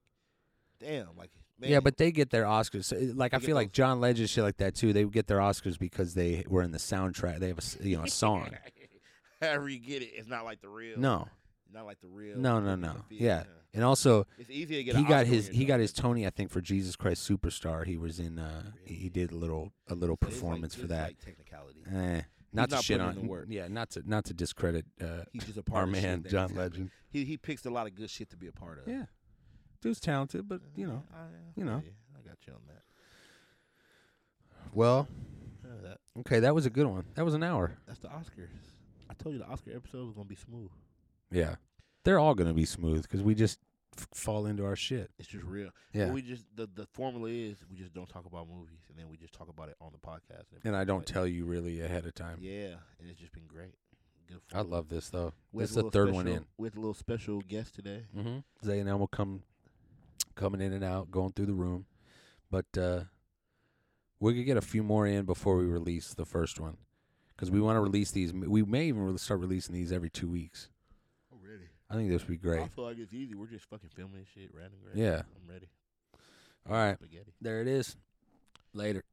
[SPEAKER 1] Damn, like man,
[SPEAKER 2] Yeah, but they get their Oscars. So, uh, Like I
[SPEAKER 1] They get
[SPEAKER 2] feel like
[SPEAKER 1] those.
[SPEAKER 2] John Legend shit like that too. They get their Oscars because they were in the soundtrack. They have a s- you know a song.
[SPEAKER 1] however you get it, it's not like the real.
[SPEAKER 2] No,
[SPEAKER 1] not like the real.
[SPEAKER 2] no, no,
[SPEAKER 1] Britney
[SPEAKER 2] no.
[SPEAKER 1] Spears,
[SPEAKER 2] Yeah, and also
[SPEAKER 1] it's easy to get.
[SPEAKER 2] he
[SPEAKER 1] an
[SPEAKER 2] got
[SPEAKER 1] Oscar
[SPEAKER 2] his
[SPEAKER 1] winner,
[SPEAKER 2] he
[SPEAKER 1] though.
[SPEAKER 2] got his Tony I think for Jesus Christ Superstar. He was in. uh he- He did a little a little
[SPEAKER 1] So it's like-
[SPEAKER 2] performance for
[SPEAKER 1] it's
[SPEAKER 2] that.
[SPEAKER 1] Like technicality.
[SPEAKER 2] Eh, not to
[SPEAKER 1] not
[SPEAKER 2] shit
[SPEAKER 1] putting
[SPEAKER 2] on.
[SPEAKER 1] in the work.
[SPEAKER 2] Yeah, not to not to discredit uh,
[SPEAKER 1] He's just a part
[SPEAKER 2] our
[SPEAKER 1] of the shit
[SPEAKER 2] man
[SPEAKER 1] that
[SPEAKER 2] John
[SPEAKER 1] just happened.
[SPEAKER 2] Legend.
[SPEAKER 1] He he picks a lot of good shit to be a part of.
[SPEAKER 2] Yeah, dude's talented, but you know.
[SPEAKER 1] I, I
[SPEAKER 2] you
[SPEAKER 1] feel
[SPEAKER 2] know.
[SPEAKER 1] I got you on that.
[SPEAKER 2] Well,
[SPEAKER 1] Yeah, that.
[SPEAKER 2] okay, that was a good one. That was an hour.
[SPEAKER 1] That's the Oscars. I told you the Oscar episode was gonna be smooth.
[SPEAKER 2] Yeah, they're all gonna be smooth because we just f- fall into our shit.
[SPEAKER 1] It's just real.
[SPEAKER 2] Yeah,
[SPEAKER 1] But we just the the formula is we just don't talk about movies and then we just talk about it on the podcast.
[SPEAKER 2] and I don't
[SPEAKER 1] but-
[SPEAKER 2] tell you really ahead of time.
[SPEAKER 1] Yeah, and it's just been great. Good.
[SPEAKER 2] I
[SPEAKER 1] formula.
[SPEAKER 2] love this though.
[SPEAKER 1] We
[SPEAKER 2] This
[SPEAKER 1] had a
[SPEAKER 2] is the
[SPEAKER 1] little
[SPEAKER 2] third one
[SPEAKER 1] special-
[SPEAKER 2] in.
[SPEAKER 1] We had a little special guest today.
[SPEAKER 2] Mm-hmm. Zay and Elmo come coming in and out, going through the room, but uh, we could get a few more in before we release the first one because we want to release these. We may even re- start releasing these every two weeks.
[SPEAKER 1] I'm ready.
[SPEAKER 2] I think this would be great.
[SPEAKER 1] I feel like it's easy. We're just fucking filming this shit, random.
[SPEAKER 2] Yeah.
[SPEAKER 1] I'm ready.
[SPEAKER 2] All right,
[SPEAKER 1] Spaghetti.
[SPEAKER 2] there it is. Later.